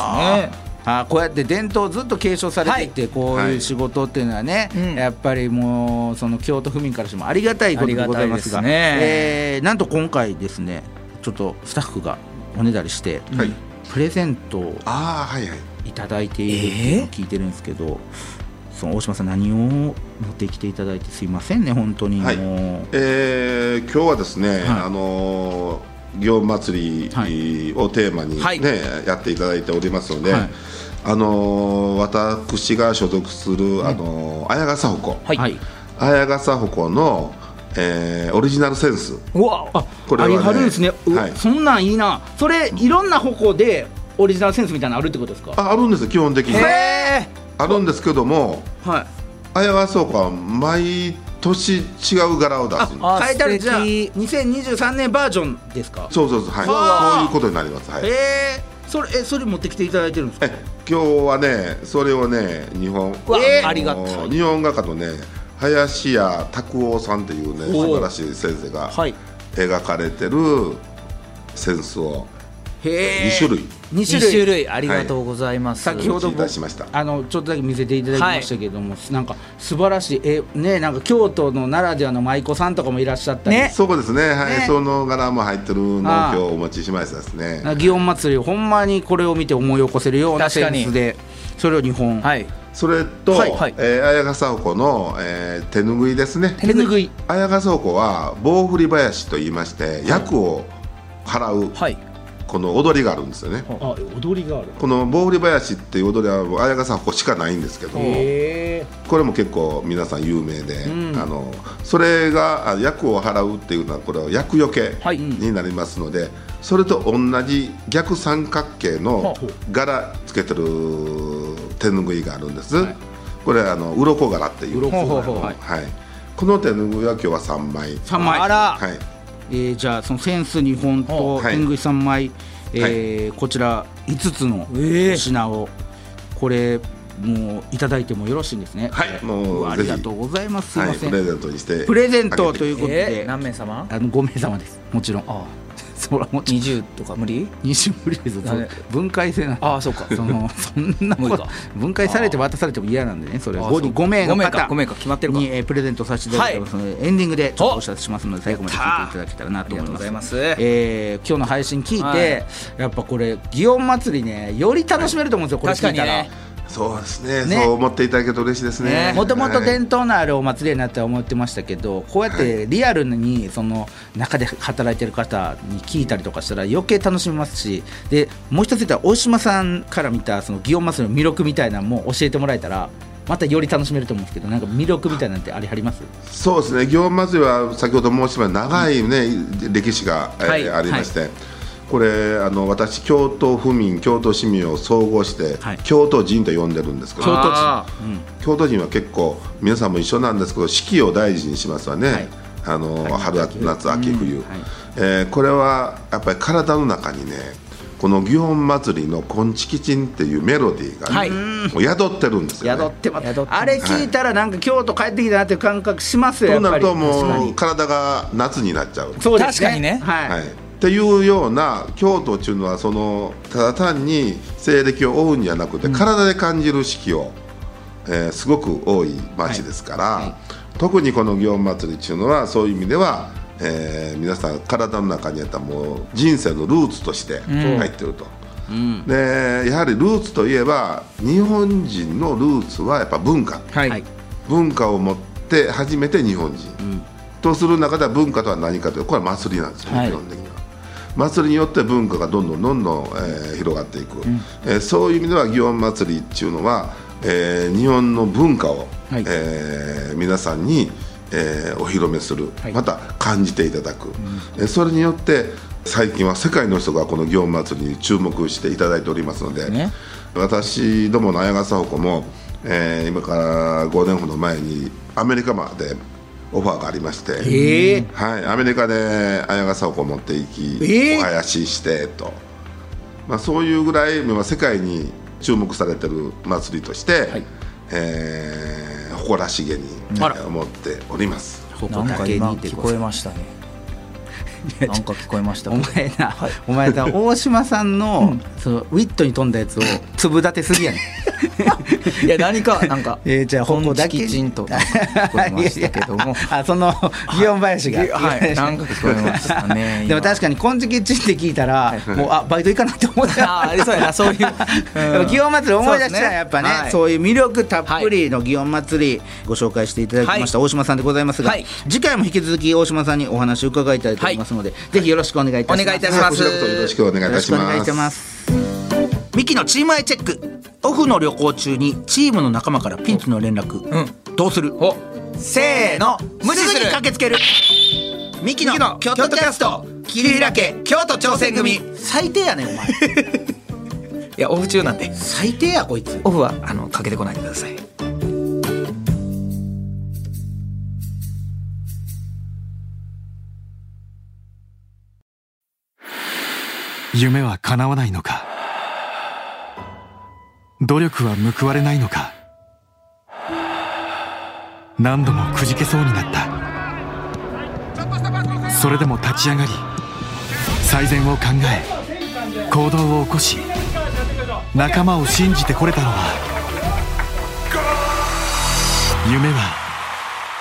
Speaker 2: ね
Speaker 1: あーこうやって伝統をずっと継承されていて、こういう仕事っていうのはね、
Speaker 2: はいうん
Speaker 1: やっぱりもうその京都府民からしてもありがたいことでございますが
Speaker 2: ありがたいですね
Speaker 1: えーなんと今回ですねちょっとスタッフがおねだりして、
Speaker 5: はい
Speaker 1: プレゼントを
Speaker 5: ああはいはい
Speaker 1: いただいているっていうのを聞いてるんですけど、その大島さん何を持ってきていただいてすいませんね本当にもう、
Speaker 5: はいえー今日はですね、
Speaker 1: はい
Speaker 5: あのー祇園祭
Speaker 1: は
Speaker 5: りをテーマに、ね
Speaker 1: はい
Speaker 5: やっていただいておりますので、
Speaker 1: はい
Speaker 5: あのー私が所属する、あのー綾笠鉾、
Speaker 1: はい、
Speaker 5: 綾笠鉾の、えーオリジナルセンス
Speaker 1: うわあ
Speaker 5: これ
Speaker 1: あ
Speaker 5: は
Speaker 1: り
Speaker 5: ね
Speaker 1: はるんですね、う
Speaker 5: はい
Speaker 1: そんなんいいなそれいろんな方向でオリジナルセンスみたいなのあるってことですか
Speaker 5: ああるんですよ基本的に
Speaker 1: へ
Speaker 5: あるんですけども
Speaker 1: えはい
Speaker 5: 綾笠鉾は毎年違う柄を出すんで
Speaker 2: あ
Speaker 1: 変えたら
Speaker 2: 素敵
Speaker 1: じゃあ2023年バージョンですか
Speaker 5: すそうそうそうはい
Speaker 1: わあ
Speaker 5: そういうことになりますはい
Speaker 1: えー、それえそれ持ってきていただいてるんですか
Speaker 5: え 今日はねそれをね日本
Speaker 2: わ
Speaker 1: えー
Speaker 2: ありがたい
Speaker 5: 日本画家のね林家拓夫さんというね
Speaker 1: おう
Speaker 5: 素晴らしい先生が
Speaker 1: はい
Speaker 5: 描かれてるセンスを
Speaker 1: へ
Speaker 5: 2種類
Speaker 1: 2
Speaker 2: 2
Speaker 1: 種
Speaker 2: 種
Speaker 1: 類
Speaker 2: 類ありがとうございます、
Speaker 1: 先ほど
Speaker 5: お持ちいたしました
Speaker 1: あのちょっとだけ見せていただきましたけども、なんか素晴らしいえねなんか京都のならではの舞妓さんとかもいらっしゃったり、
Speaker 2: ね
Speaker 5: そうですねはい
Speaker 1: ね
Speaker 5: その柄も入ってるのを
Speaker 1: ああ
Speaker 5: 今日お持ちしましたですね
Speaker 1: なんか祇園祭りをほんまにこれを見て思い起こせるような
Speaker 2: 確
Speaker 1: セ
Speaker 2: かに
Speaker 1: ンスでそれを2本、
Speaker 2: はい
Speaker 5: それと、
Speaker 2: はいはい
Speaker 5: えー綾笠鉾の、えー手ぬぐいですね
Speaker 1: 手ぬぐい
Speaker 5: 綾笠鉾は棒振り林と言いまして役を払う、
Speaker 2: はい
Speaker 5: この踊りがあるんですよね
Speaker 1: あ踊りがある
Speaker 5: この棒振り林っていう踊りは綾笠鉾しかないんですけども
Speaker 1: へえ
Speaker 5: これも結構皆さん有名で、
Speaker 1: うん
Speaker 5: あのそれがあ役を払うっていうのはこれは厄除け
Speaker 2: はい
Speaker 5: になりますので、それと同じ逆三角形の
Speaker 1: ほう
Speaker 5: 柄つけてる手ぬぐいがあるんです、
Speaker 1: はい
Speaker 5: これあの鱗柄っていう
Speaker 1: 鱗柄
Speaker 5: ほうほうほう
Speaker 1: はい
Speaker 5: はい、この手ぬぐいは今日は3枚
Speaker 1: 3枚
Speaker 2: あら
Speaker 5: はい
Speaker 1: えーじゃあそのセンス2本と
Speaker 5: はい
Speaker 1: 天狗3枚、えーこちら5つの
Speaker 2: ええ
Speaker 1: 品を、これもういただいてもよろしいんですね
Speaker 5: はい
Speaker 1: えー
Speaker 5: もう
Speaker 1: わあ
Speaker 5: ぜ
Speaker 1: り
Speaker 5: ひ
Speaker 1: がとうございますすい
Speaker 5: は
Speaker 1: ま
Speaker 5: い、
Speaker 1: せ
Speaker 5: プ
Speaker 1: ん、
Speaker 5: レゼントにして
Speaker 1: プレゼントといううことで、
Speaker 2: えー何名様
Speaker 1: あの5名様ですもちろん
Speaker 2: あ
Speaker 1: そそらもうち
Speaker 2: 20とか無理
Speaker 1: 20無理ですよ
Speaker 2: あれ
Speaker 1: 分解せない
Speaker 2: ああそうか
Speaker 1: そのそんなこ
Speaker 2: 無理
Speaker 1: と
Speaker 2: か
Speaker 1: 分解されて渡されても嫌なんでねそれ
Speaker 2: あ
Speaker 1: は
Speaker 2: あ
Speaker 1: 5
Speaker 2: そ
Speaker 1: 人
Speaker 2: う
Speaker 1: 5名の
Speaker 2: 五名か
Speaker 1: 方
Speaker 2: 五名か決まってるか
Speaker 1: にえープレゼントさせていただいてますので、エンディングでちょっとお知らせしますので最後まで聞いていただけたらなと思います
Speaker 2: ありがとうございます
Speaker 1: えー今日の配信聞いて、
Speaker 2: はい
Speaker 1: やっぱこれ祇園祭りねより楽しめると思うんですよ、これ
Speaker 2: 確か
Speaker 1: 聞い
Speaker 2: に
Speaker 1: たら。
Speaker 2: ね
Speaker 5: そうですね
Speaker 1: ね
Speaker 5: そう思っていただけると嬉しいで すね
Speaker 1: もともと
Speaker 5: はい
Speaker 1: 伝統のあるお祭りになって思ってましたけどこうやってリアルにその中で働いてる方に聞いたりとかしたら余計楽しめますしでもう一つ言ったら大島さんから見たその祇園祭の魅力みたいなのも教えてもらえたらまたより楽しめると思うんですけどなんか魅力みたいなんてありはります
Speaker 5: そうですね祇園祭は先ほど申しました長い、ね歴史が、えー
Speaker 2: はい
Speaker 5: ありまして、これあの私京都府民京都市民を総合して、
Speaker 1: はい
Speaker 5: 京都人と呼んでるんですけど
Speaker 1: 都人
Speaker 2: あ
Speaker 5: 京都人は結構皆さんも一緒なんですけど四季を大事にしますわね、
Speaker 1: はい
Speaker 5: あの春
Speaker 1: 夏秋冬
Speaker 5: 夏秋冬、
Speaker 1: うんはい
Speaker 5: えーこれはやっぱり体の中にねこの祇園祭りの「こんちきちん」っていうメロディーがね、
Speaker 2: はい
Speaker 5: もう宿ってるんですよね
Speaker 1: 宿ってま
Speaker 2: 宿ってます
Speaker 1: あれ聞いたらなんか京都帰ってきたなっていう感覚しますよ
Speaker 5: そ
Speaker 1: や
Speaker 5: う
Speaker 1: っ
Speaker 5: な
Speaker 1: ぱ
Speaker 5: る
Speaker 1: り
Speaker 5: とも
Speaker 1: 確
Speaker 5: う
Speaker 1: か
Speaker 5: 体が夏になっちゃ
Speaker 1: に
Speaker 5: う
Speaker 1: そうです
Speaker 2: 確かにね
Speaker 1: はい、
Speaker 5: はい、っていうような京都っていうのはそのただ単に西暦を追うんじゃなくて、体で感じる四季を、えーすごく多い町ですから、特にこの祇園祭りっていうのはそういう意味では、えー皆さん体の中にあったもう人生のルーツとして入ってると。でやはりルーツといえば日本人のルーツはやっぱ文化
Speaker 1: はい
Speaker 5: 文化を持って初めて日本人、とする中では文化とは何かというとこれは祭りなんですよね、
Speaker 1: はい
Speaker 5: 基本的には祭りによって文化がどんどんどんどん、えー広がっていく、えーそういう意味では祇園祭りっていうのは、えー日本の文化を、
Speaker 1: はい
Speaker 5: えー皆さんに、えーお披露目する、
Speaker 1: はい
Speaker 5: また感じていただく、えーそれによって最近は世界の人がこの祇園祭りに注目していただいておりますので、
Speaker 1: ね
Speaker 5: 私どもの綾笠穂子も、えー今から5年ほど前にアメリカまでオファーがありまして、
Speaker 1: ええ
Speaker 5: はい、アメリカで綾笠をこう持っていき、
Speaker 1: えー
Speaker 5: お囃子してと、まあ、そういうぐらい、まあ、世界に注目されてる祭りとして、えー誇らしげに、
Speaker 2: あら
Speaker 5: 思っております。
Speaker 1: こ
Speaker 2: な
Speaker 1: こ
Speaker 2: ん
Speaker 1: だ
Speaker 2: か
Speaker 1: け
Speaker 2: 今
Speaker 1: にで
Speaker 2: 聞
Speaker 1: ござ
Speaker 2: こ
Speaker 1: い
Speaker 2: え
Speaker 1: ます
Speaker 2: ましたねなんか聞こえました
Speaker 1: お前な、お前 な大島さんの,、そのウィットに飛んだやつを粒立てすぎやねん
Speaker 2: いや何かなんか
Speaker 1: えーじゃあ
Speaker 2: こん
Speaker 1: ここだけ
Speaker 2: ちきちんとなんか聞こえましたけど
Speaker 1: いや
Speaker 2: も
Speaker 1: いや あその祇園林が、
Speaker 2: はいなんか聞こえました ね
Speaker 1: でも確
Speaker 2: か
Speaker 1: かに「金色チン」って聞いたら、もうあバイト行かなって思った
Speaker 2: あーありそうや なそういううん
Speaker 1: やっぱ祇園祭り思い出した
Speaker 2: そうです
Speaker 1: ら
Speaker 2: ね
Speaker 1: やっぱね
Speaker 2: はい
Speaker 1: そういう魅力たっぷりの祇園祭りご紹介していただきました、大島さんでございますが、
Speaker 2: はい
Speaker 1: 次回も引き続き大島さんにお話を伺いたいと思いますので、ぜひよろしくお願いいたします。
Speaker 2: お願いいたし
Speaker 5: はい
Speaker 2: ま
Speaker 5: こ
Speaker 2: す
Speaker 5: ちらこそよろしくお願いいたし
Speaker 1: よろくお願い
Speaker 5: ま
Speaker 1: いた
Speaker 5: す
Speaker 1: し。ますミキのチームアイチェックオフの旅行中にチームの仲間からピンチの連絡、
Speaker 2: うん
Speaker 1: どうする
Speaker 2: おせーの無視する
Speaker 1: に駆けつけるミキ
Speaker 2: ミキ
Speaker 1: の
Speaker 2: の
Speaker 1: 京都
Speaker 2: 京都
Speaker 1: キ
Speaker 2: キ
Speaker 1: ャ
Speaker 2: ャ
Speaker 1: ス
Speaker 2: ス
Speaker 1: ト
Speaker 2: ト
Speaker 1: 桐
Speaker 2: 桐
Speaker 1: 平
Speaker 2: 平
Speaker 1: 家
Speaker 2: 家
Speaker 1: 京
Speaker 2: 京
Speaker 1: 都
Speaker 2: 都
Speaker 1: 挑
Speaker 2: 挑
Speaker 1: 戦
Speaker 2: 戦
Speaker 1: 組
Speaker 2: 組
Speaker 1: 最低やねんお 前
Speaker 2: いやオフ中なんで
Speaker 1: 最低やこいつ
Speaker 2: オフはあのかけてこないでください
Speaker 6: 夢は叶わないのか努力は報われないのか何度もくじけそうになったそれでも立ち上がり最善を考え行動を起こし仲間を信じてこれたのは夢は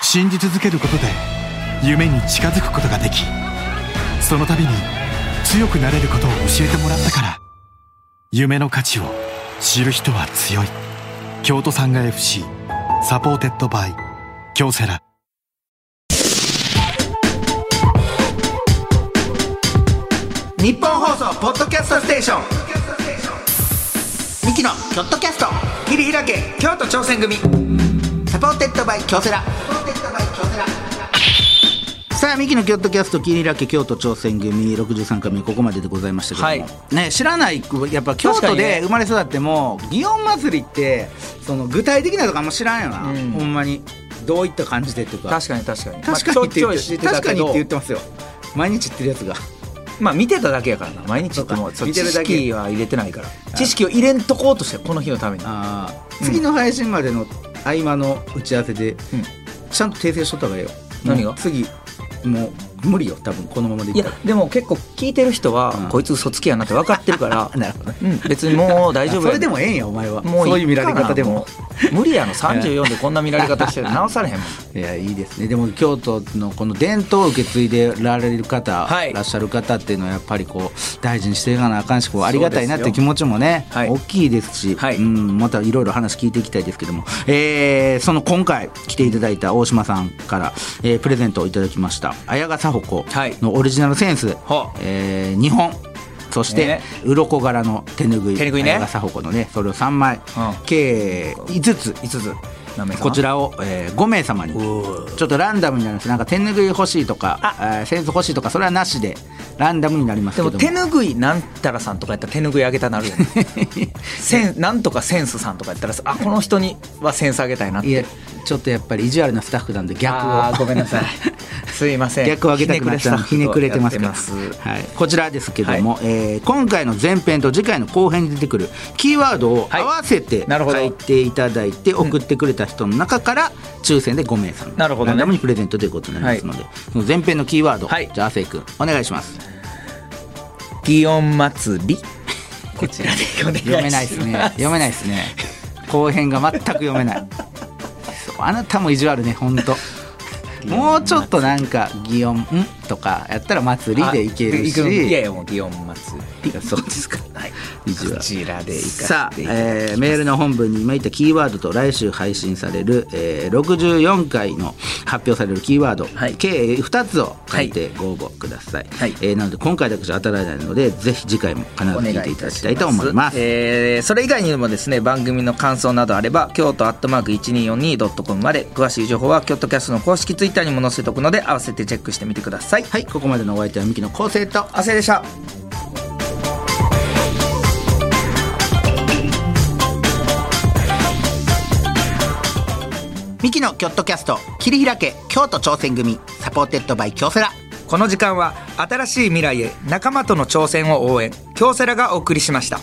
Speaker 6: 信じ続けることで夢に近づくことができその度に強くなれることを教えてもらったから夢の価値を知る人は強い京都産が FC サポーテッドバイ京セラ
Speaker 2: 日本放送ポッドキャストステーションミキのキョットキャスト桐平家京都挑戦組サポーテッドバイ京セラ
Speaker 1: さあミキの京都キャスト桐平家京都挑戦組63回目ここまででございましたけども、
Speaker 2: はい
Speaker 1: ね、知らないやっぱ京
Speaker 2: 確か
Speaker 1: 都
Speaker 2: に
Speaker 1: で
Speaker 2: ね
Speaker 1: 生まれ育っても祇園祭りってその具体的なとかあんま知らんよな、
Speaker 2: うん
Speaker 1: ほんまにどういった感じでっていうか
Speaker 2: 確かに確かに
Speaker 1: 確かにって言
Speaker 2: ま
Speaker 1: っ
Speaker 2: あちょいちょ
Speaker 1: て
Speaker 2: い知てた
Speaker 1: 確か
Speaker 2: け
Speaker 1: にっ
Speaker 2: ど
Speaker 1: て言ってますよ毎日言ってるやつが
Speaker 2: まあ見てただけやからな毎日言っても
Speaker 1: そうか
Speaker 2: そう
Speaker 1: 見て
Speaker 2: 知
Speaker 1: るだけ
Speaker 2: 識は入れてないから知識を入れんとこうとしてこの日のために
Speaker 1: あー次の配信までの合間の打ち合わせで、
Speaker 2: うん
Speaker 1: ちゃんと訂正しとった方がええよ
Speaker 2: 何が
Speaker 1: もう次もう無理よ多分このままで
Speaker 2: い
Speaker 1: いっ
Speaker 2: や
Speaker 1: たら
Speaker 2: でも結構聞いてる人は、こいつ嘘つきやなって分かってるから
Speaker 1: なるほどね
Speaker 2: うん、別にもう大丈夫
Speaker 1: そ
Speaker 2: や
Speaker 1: れでもええんやお前は
Speaker 2: もういいかな
Speaker 1: そういう見られ方でも
Speaker 2: う無理やの34でこんな見られ方して る直されへんもん
Speaker 1: いやいいですねでも京都のこの伝統を受け継いでられる方、
Speaker 2: はい
Speaker 1: いらっしゃる方っていうのはやっぱりこう大事にしていかなあかんしこうありがたいなっていう気持ちもね、
Speaker 2: はい
Speaker 1: 大きいですし、
Speaker 2: はい
Speaker 1: うん、またいろいろ話聞いていきたいですけども、えーその今回来ていただいた大島さんから、えープレゼントをいただきました綾賀佐保子
Speaker 2: はい
Speaker 1: のオリジナルセンス、
Speaker 2: ほう
Speaker 1: え2本そして、
Speaker 2: ね
Speaker 1: 鱗柄の手拭い
Speaker 2: 手拭いね
Speaker 1: 綾賀佐保子のねそれを3枚、
Speaker 2: ん
Speaker 1: 計5つ
Speaker 2: 5つ何名様
Speaker 1: こちらを、えー5名様にちょっとランダムになりますなんか手拭い欲しいとかえーセンス欲しいとかそれはなしでランダムになりますけ
Speaker 2: で
Speaker 1: ども
Speaker 2: も手ぬぐいなんたらさんとかやったら手ぬぐいあげたなるよ ねセンなんとかセンスさんとかやったらさあこの人にはセンスあげたいなって
Speaker 1: いやちょっとやっぱり意地悪なスタッフなんで逆
Speaker 2: あ
Speaker 1: を
Speaker 2: ーごめんなさい すいませ ん
Speaker 1: 逆を上げたくなっちゃうひねくれてますから
Speaker 2: ひねくれてます
Speaker 1: はい、こちらですけども、えー今回の前編と次回の後編に出てくるキーワードを
Speaker 2: はい
Speaker 1: 合わせて
Speaker 2: なるほど
Speaker 1: 書いていただいて送ってくれた人の中から抽選で5名様
Speaker 2: なるほどね
Speaker 1: ランダムにプレゼントということになりますので、その前編のキーワード、
Speaker 2: はい
Speaker 1: じゃあ亜生君お願いします
Speaker 2: 祇園祭り こちらでお願
Speaker 1: 読め
Speaker 2: いします
Speaker 1: ないですね読めないですね後編が全く読めないそうあなたも意地悪ねほん ともうちょっとなんか「祇園」とかやったら「祭り」でいける
Speaker 2: あ行くいやい
Speaker 1: し
Speaker 2: やもう祇園祭
Speaker 1: そうですかはい意地
Speaker 2: りこ
Speaker 1: 悪
Speaker 2: ちらでいか
Speaker 1: さ
Speaker 2: せ
Speaker 1: あ、
Speaker 2: ていただきま
Speaker 1: え
Speaker 2: す
Speaker 1: ーメールの本文に今言ったキーワードと来週配信される、えー64回の発表されるキーワード、
Speaker 2: はい
Speaker 1: 計2つを書いてご応募ください、
Speaker 2: はい
Speaker 1: えーなので今回だけじゃ当たらないのでぜひ次回も必ず
Speaker 2: お願い
Speaker 1: 聞いていただきたいと思います
Speaker 2: えーそれ以外にもですね番組の感想などあれば京都アットマーク 1242.com まで詳しい情報は京都キャストの公式ツイッターにも載せておくので合わせてチェックしてみてください
Speaker 1: はいここまでのお相手はミキの昴生と
Speaker 2: 亜生でした
Speaker 7: ミキのキョットキャスト切り開け京都挑戦組サポーテッドバイ京セラ
Speaker 2: この時間は新しい未来へ仲間との挑戦を応援京セラがお送りしました